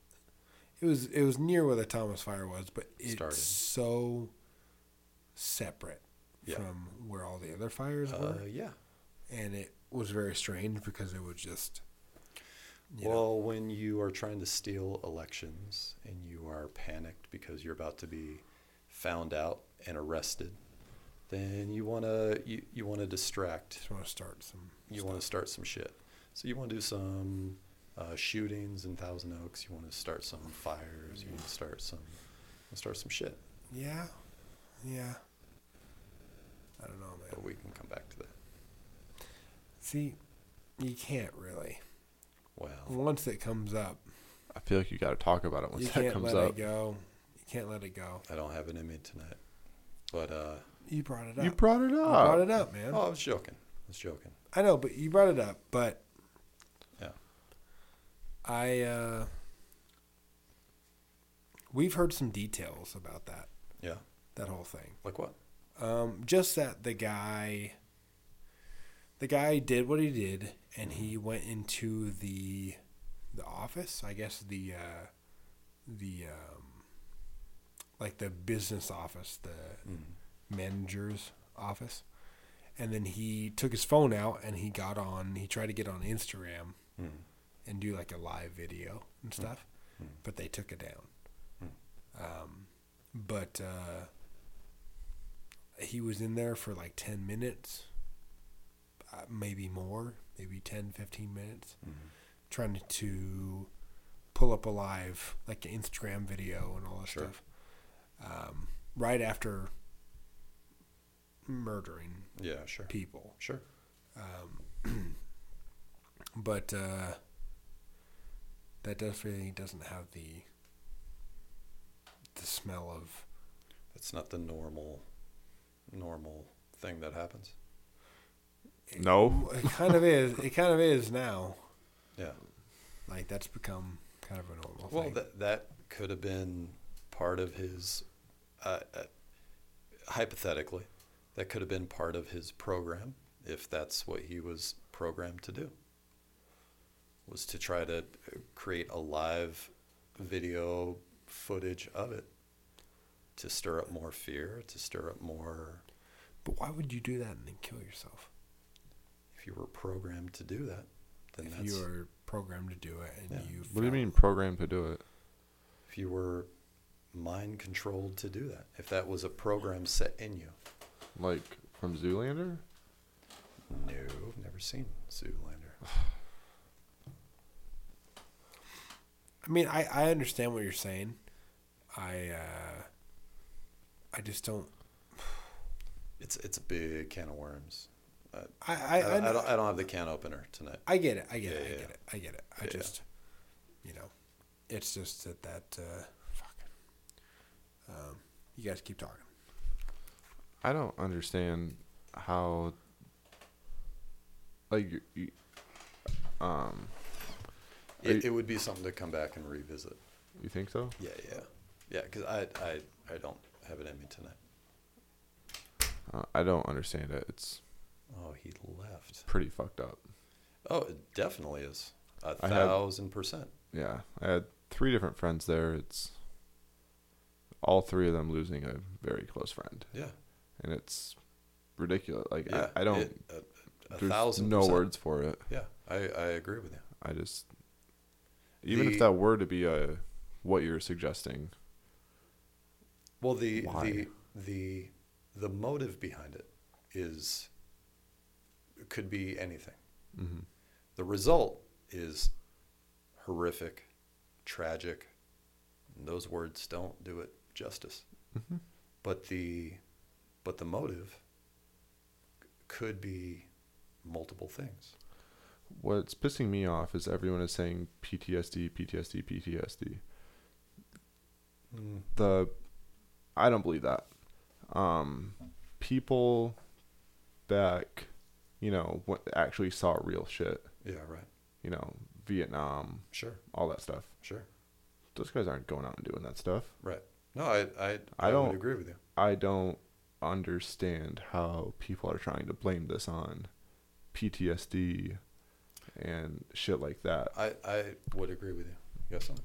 it was it was near where the Thomas fire was, but it's
Started.
so separate
Yeah.
from where all the other fires
Uh,
were,
yeah.
and it was very strange because it was just you know.
Well, when you are trying to steal elections and you are panicked because you're about to be found out and arrested, then you wanna you, you wanna distract
just want to start some
you want to start some shit. So you want to do some uh, shootings in Thousand Oaks. You want to start some fires. You want to start some start some shit.
yeah, yeah. I don't know, man.
But we can come back to that.
See, you can't really.
Well,
Once it comes up,
I feel like you got to talk about it once
you
that
can't
comes
let
up.
it go. You can't let it go.
I don't have it in me tonight. But uh,
You brought it up.
You brought it up.
You brought it up, man.
oh, I was joking. I was joking.
I know, but you brought it up. But
Yeah.
I, uh, we've heard some details about that
Yeah.
that whole thing.
Like what?
Um, just that the guy, the guy did what he did, and he went into the, the office. I guess the, uh, the, um, like the business office, the manager's office, and then he took his phone out and he got on. He tried to get on Instagram and do like a live video and stuff, but they took it down. Um, but uh, he was in there for like 10 minutes, uh, maybe more, maybe 10, 15 minutes,
Mm-hmm.
trying to pull up a live, like an Instagram video and all that
Sure.
stuff. Um, right after murdering
Yeah, sure.
people.
Sure.
But uh, that definitely doesn't have the the smell of
That's not the normal normal thing that happens.
No.
it kind of is it kind of is now
Yeah.
like that's become kind of a normal
Well,
thing
that that could have been part of his, uh, uh, hypothetically, that could have been part of his program if that's what he was programmed to do. Was to try to uh, create a live video footage of it to stir up more fear, to stir up more.
but why would you do that and then kill yourself
If you were programmed to do that, then
if
that's
you are programmed to do it and
Yeah.
you
What do you
felt-
mean programmed to do it?
if you were mind controlled to do that. If that was a program set in you.
Like from Zoolander?
No, I've never seen Zoolander.
I mean, I, I understand what you're saying. I uh, I just don't.
It's it's a big can of worms.
I
I,
I,
I,
I,
don't I don't have the can opener tonight.
I get it. I get
Yeah,
it. I
yeah,
get it. I get it. I
Yeah.
just, you know, it's just that that uh, fuck. Um, you guys keep talking.
I don't understand how like you, you, um Are
It,
you-
it would be something to come back and revisit.
you think so?
Yeah, yeah, yeah. Because I, I I don't have it in me tonight.
Uh, I don't understand it. It's
Oh, he left.
pretty fucked up.
Oh, it definitely is a
I had-
thousand percent.
Yeah. I had three different friends there. It's all three of them losing a very close friend.
Yeah,
And it's ridiculous. Like
yeah.
I, I don't
It- a- a
there's
thousand.
no
percent.
words for it.
Yeah, I I agree with you.
I just even
The-
if that were to be a what you're suggesting,
Well, the
Why?
the the the motive behind it is could be anything. Mm-hmm. The result is horrific, tragic. and those words don't do it justice. But the but the motive c- could be multiple things.
What's pissing me off is everyone is saying PTSD, PTSD, PTSD. The I don't believe that. Um, people back, you know, what actually saw real shit.
Yeah, right.
You know, Vietnam,
Sure,
all that stuff.
sure.
Those guys aren't going out and doing that stuff.
Right. No, I I,
I
would
don't-
agree with you.
I don't understand how people are trying to blame this on PTSD and shit like that.
I I would agree with you. You got something?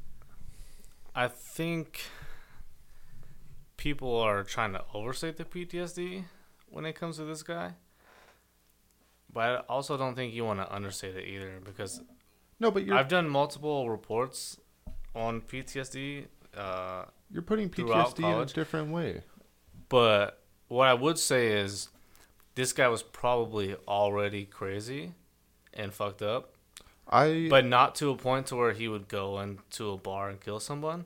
I think people are trying to overstate the PTSD when it comes to this guy. But I also don't think you want to understate it either because
No, but you're
I've done multiple reports on PTSD. Uh,
you're putting
throughout
PTSD in a
college.
different way.
but what I would say is this guy was probably already crazy and fucked up.
I
but not to a point to where he would go into a bar and kill someone.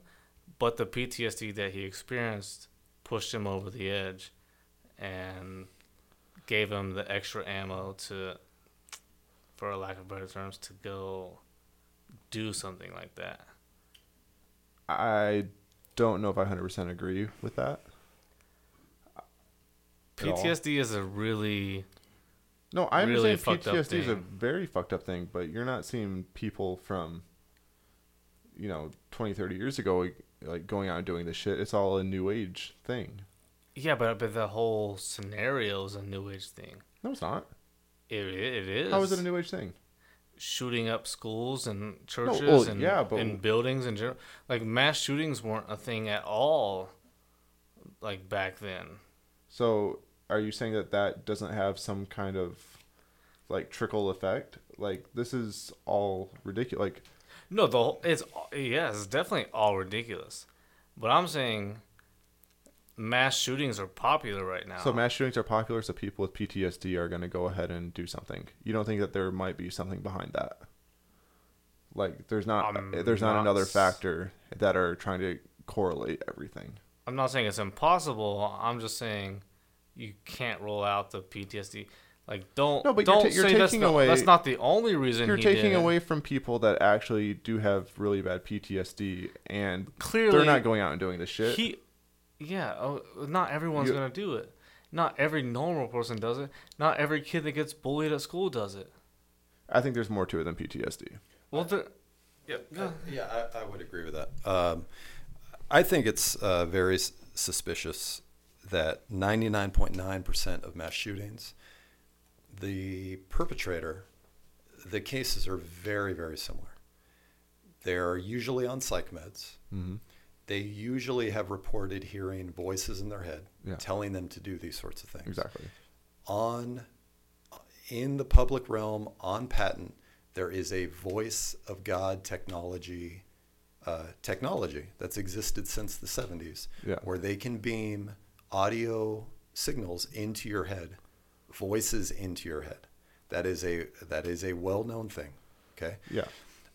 But the PTSD that he experienced pushed him over the edge, and gave him the extra ammo to, for lack of better terms, to go do something like that.
I don't know if I 100% agree with that. At all.
PTSD is a really
No, I
Really
understand
fucked up
PTSD is a
thing.
very fucked up thing, but you're not seeing people from you know 20, 30 years ago like going out and doing this shit. It's all a new age thing.
yeah, but but the whole scenario is a new age thing.
No, it's not.
It it is.
How is it a new age thing?
shooting up schools and churches
well,
and,
yeah, but-
and buildings and general like mass shootings weren't a thing at all like back then
So, are you saying that that doesn't have some kind of like trickle effect? like this is all ridiculous. Like
No, the whole, it's yeah, it's definitely all ridiculous. But I'm saying mass shootings are popular right now.
so, mass shootings are popular, so people with PTSD are going to go ahead and do something. You don't think that there might be something behind that? Like there's not
I'm
there's not
Um, not
another
s-
factor that are trying to correlate everything.
I'm not saying it's impossible. I'm just saying you can't roll out the PTSD. Like don't
No, but you're
don't
ta- you're
say that's,
taking
the-
away-
that's not the only reason
You're
he
taking
did it.
away from people that actually do have really bad PTSD and
Clearly,
they're not going out and doing this shit.
He, yeah, oh, not everyone's
You-
gonna do it. Not every normal person does it. Not every kid that gets bullied at school does it.
I think there's more to it than PTSD.
Well, the,
Uh, yeah, I, I would agree with that. Um, I think it's uh, very s- suspicious that 99.9% of mass shootings, the perpetrator, the cases are very, very similar. They're usually on psych meds.
Mm-hmm.
They usually have reported hearing voices in their head
Yeah.
telling them to do these sorts of things
Exactly.
on in the public realm on patent there is a voice of god technology uh, technology that's existed since the 70s
Yeah.
where they can beam audio signals into your head voices into your head that is a that is a well-known thing okay
Yeah.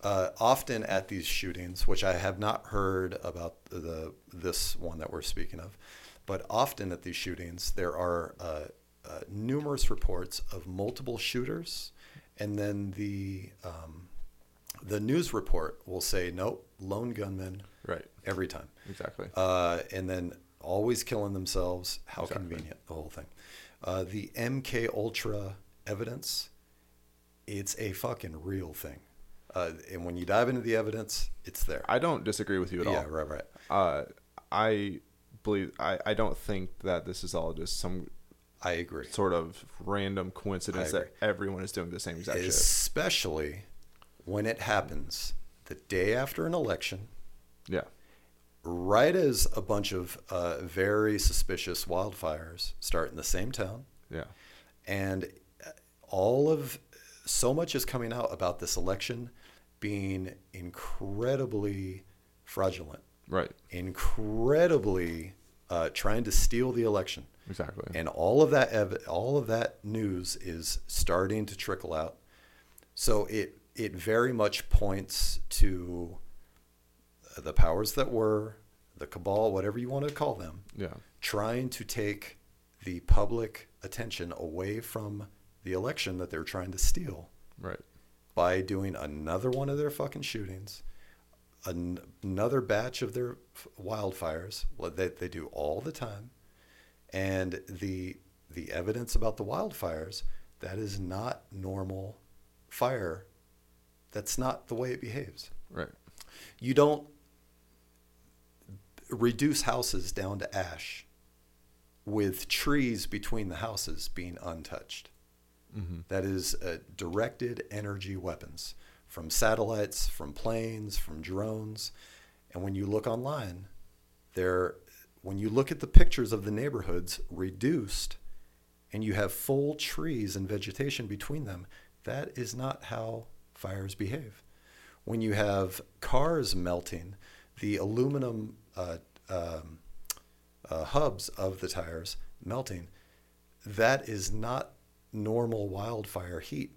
uh, often at these shootings, which I have not heard about the this one that we're speaking of, but often at these shootings there are uh, uh, numerous reports of multiple shooters, and then the um, the news report will say nope, lone gunman
Right.
every time,
Exactly.
uh, and then always killing themselves. How convenient the whole thing. Uh, the MK Ultra evidence it's a fucking real thing. Uh, and when you dive into the evidence, it's there.
I don't disagree with you at
yeah,
all.
right, right.
Uh, I believe I, I don't think that this is all just some
I agree.
sort of random coincidence
I
that everyone is doing the same exact
Especially when it happens the day after an election,
shit. Yeah.
right as a bunch of uh, very suspicious wildfires start in the same town.
Yeah.
and uh, all of so much is coming out about this election being incredibly fraudulent,
Right.
incredibly uh, trying to steal the election,
Exactly.
and all of that ev- all of that news is starting to trickle out. So it it very much points to the powers that were, the cabal, whatever you want to call them,
yeah.
trying to take the public attention away from the election that they're trying to steal
Right.
by doing another one of their fucking shootings, an- another batch of their f- wildfires what they, they do all the time, and the the evidence about the wildfires that is not normal fire. That's not the way it behaves
Right.
you don't reduce houses down to ash with trees between the houses being untouched. That is uh, directed energy weapons from satellites, from planes, from drones. And when you look online, there, when you look at the pictures of the neighborhoods reduced and you have full trees and vegetation between them, that is not how fires behave. When you have cars melting, the aluminum uh, um, uh, hubs of the tires melting, that is not normal wildfire heat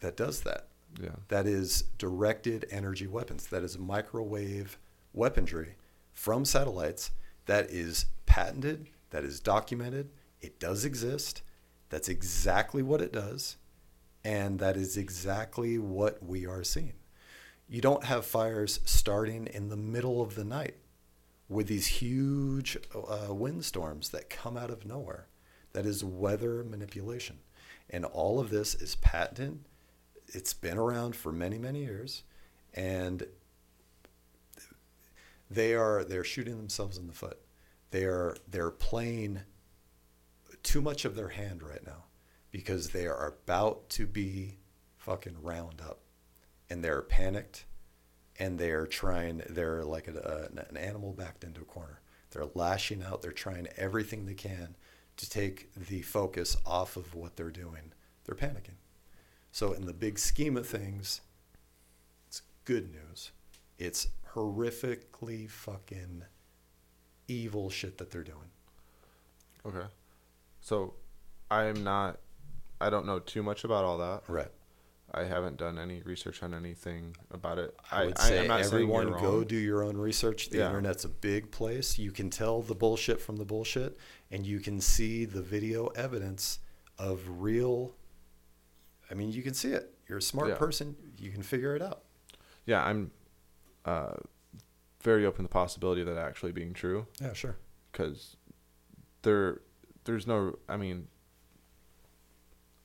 that does that.
Yeah.
That is directed energy weapons. That is microwave weaponry from satellites that is patented, that is documented, it does exist. That's exactly what it does. And that is exactly what we are seeing. You don't have fires starting in the middle of the night with these huge uh, windstorms that come out of nowhere. That is weather manipulation. And all of this is patented. It's been around for many, many years. And they are they're shooting themselves in the foot. They are they're playing too much of their hand right now because they are about to be fucking round up and they're panicked and they're trying they're like a, a- an- an animal backed into a corner they're lashing out they're trying everything they can to take the focus off of what they're doing they're panicking So in the big scheme of things, it's good news. It's horrifically fucking evil shit that they're doing.
Okay. So I'm not I don't know too much about all that.
Right.
I haven't done any research on anything about it.
I would
I,
say
am not saying you're
everyone go
wrong.
do your own research. The
Yeah.
internet's a big place. You can tell the bullshit from the bullshit, and you can see the video evidence of real. I mean, you can see it. You're a smart
Yeah.
person. You can figure it out.
Yeah, I'm uh, very open to the possibility of that actually being true
Yeah, sure.
because there there's no I mean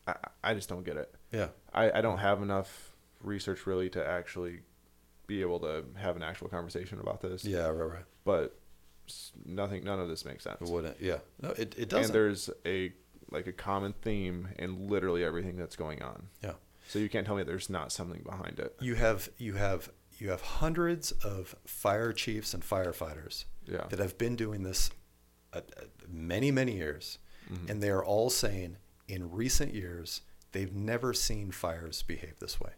I I just don't get it.
Yeah.
I, I don't have enough research really to actually be able to have an actual conversation about this.
Yeah. Right. Right.
But s- nothing, none of this makes sense.
It wouldn't. Yeah. No, it, it
And
doesn't.
there's a like a common theme in literally everything that's going on.
yeah.
So you can't tell me there's not something behind it.
You have you have you have hundreds of fire chiefs and firefighters
Yeah.
that have been doing this uh, uh, many many years,
Mm-hmm.
and they are all saying in recent years they've never seen fires behave this way.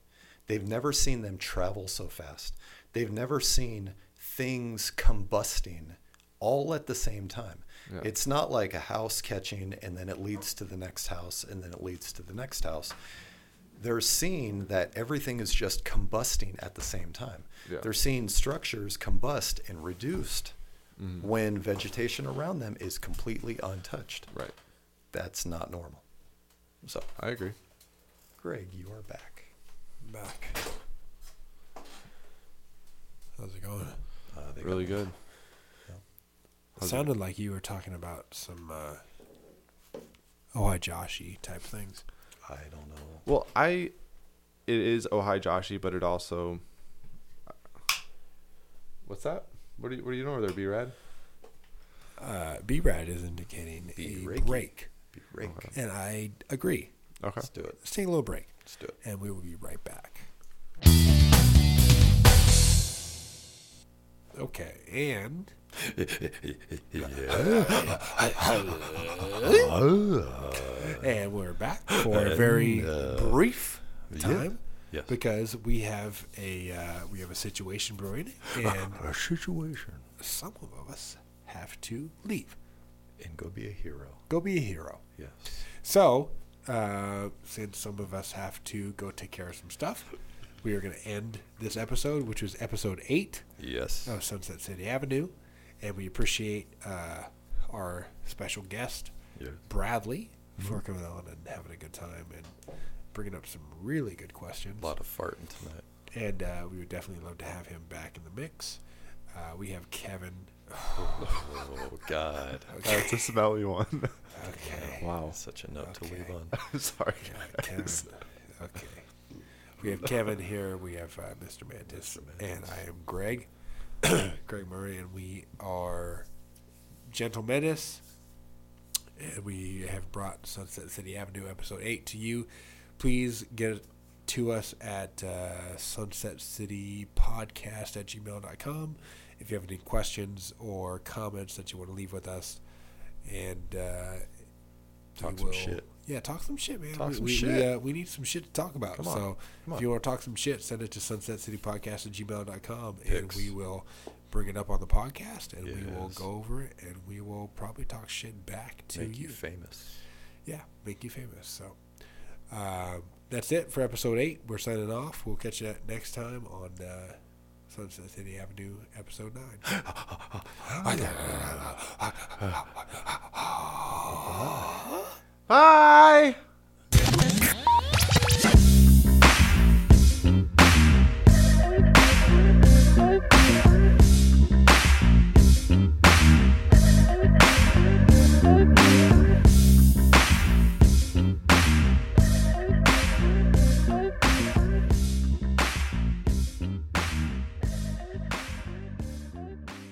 They've never seen them travel so fast. They've never seen things combusting all at the same time.
Yeah.
It's not like a house catching and then it leads to the next house and then it leads to the next house they're seeing that everything is just combusting at the same time.
Yeah.
They're seeing structures combust and reduced
Mm-hmm.
when vegetation around them is completely untouched.
Right.
That's not normal. So,
I agree.
Greg, you are back.
Back. How's it going?
Uh, they
Really
got-
good.
It sounded like you were talking about some uh, oh hi Joshy type things.
I don't know.
Well, I it is oh hi Joshy, but it also what's that? What do you what do you know over there, B Rad?
Uh, B-Rad is indicating a
B-Reiki.
break,
Be Rick.
and I agree.
Okay.
Let's do it.
Let's take a little break,
Let's do it.
and we will be right back. Okay, and and we're back for a very brief time
uh, Yes.
because we have a uh, we have a situation brewing, and
A situation.
some of us have to leave.
And go be a hero.
Go be a hero.
Yes.
So, uh, since some of us have to go take care of some stuff, we are going to end this episode, which was episode eight
Yes.
of Sunset City Avenue. And we appreciate uh, our special guest,
Yes.
Bradley,
Mm-hmm.
for coming on and having a good time and bringing up some really good questions.
A lot of farting tonight.
And uh, we would definitely love to have him back in the mix. Uh, we have Kevin.
Oh, God.
That's the smell we want.
Okay.
wow.
Such a note to
Okay.
leave on.
I'm sorry.
Kevin. Okay. We have Kevin here. We have uh, Mr. Mantis, and I am Greg, Greg Murray, and we are Gentle Menace, and we have brought Sunset City Avenue episode eight to you. Please get it to us at uh, sunsetcitypodcast at gmail.com if you have any questions or comments that you want to leave with us, and uh,
Talk
we
some shit.
yeah, talk some shit, man.
Talk
we,
some
we, We,
shit.
uh, we need some shit to talk about.
on,
So
come
if
on.
you want to talk some shit, send it to sunsetcitypodcast at gmail.com and
Picks.
we will bring it up on the podcast and we will
Yes.
go over it and we will probably talk shit back to
Make
you.
you famous.
yeah, make you famous. So um, that's it for episode eight. We're signing off. We'll catch you next time on uh, Sunset City Avenue, episode nine.
Ah!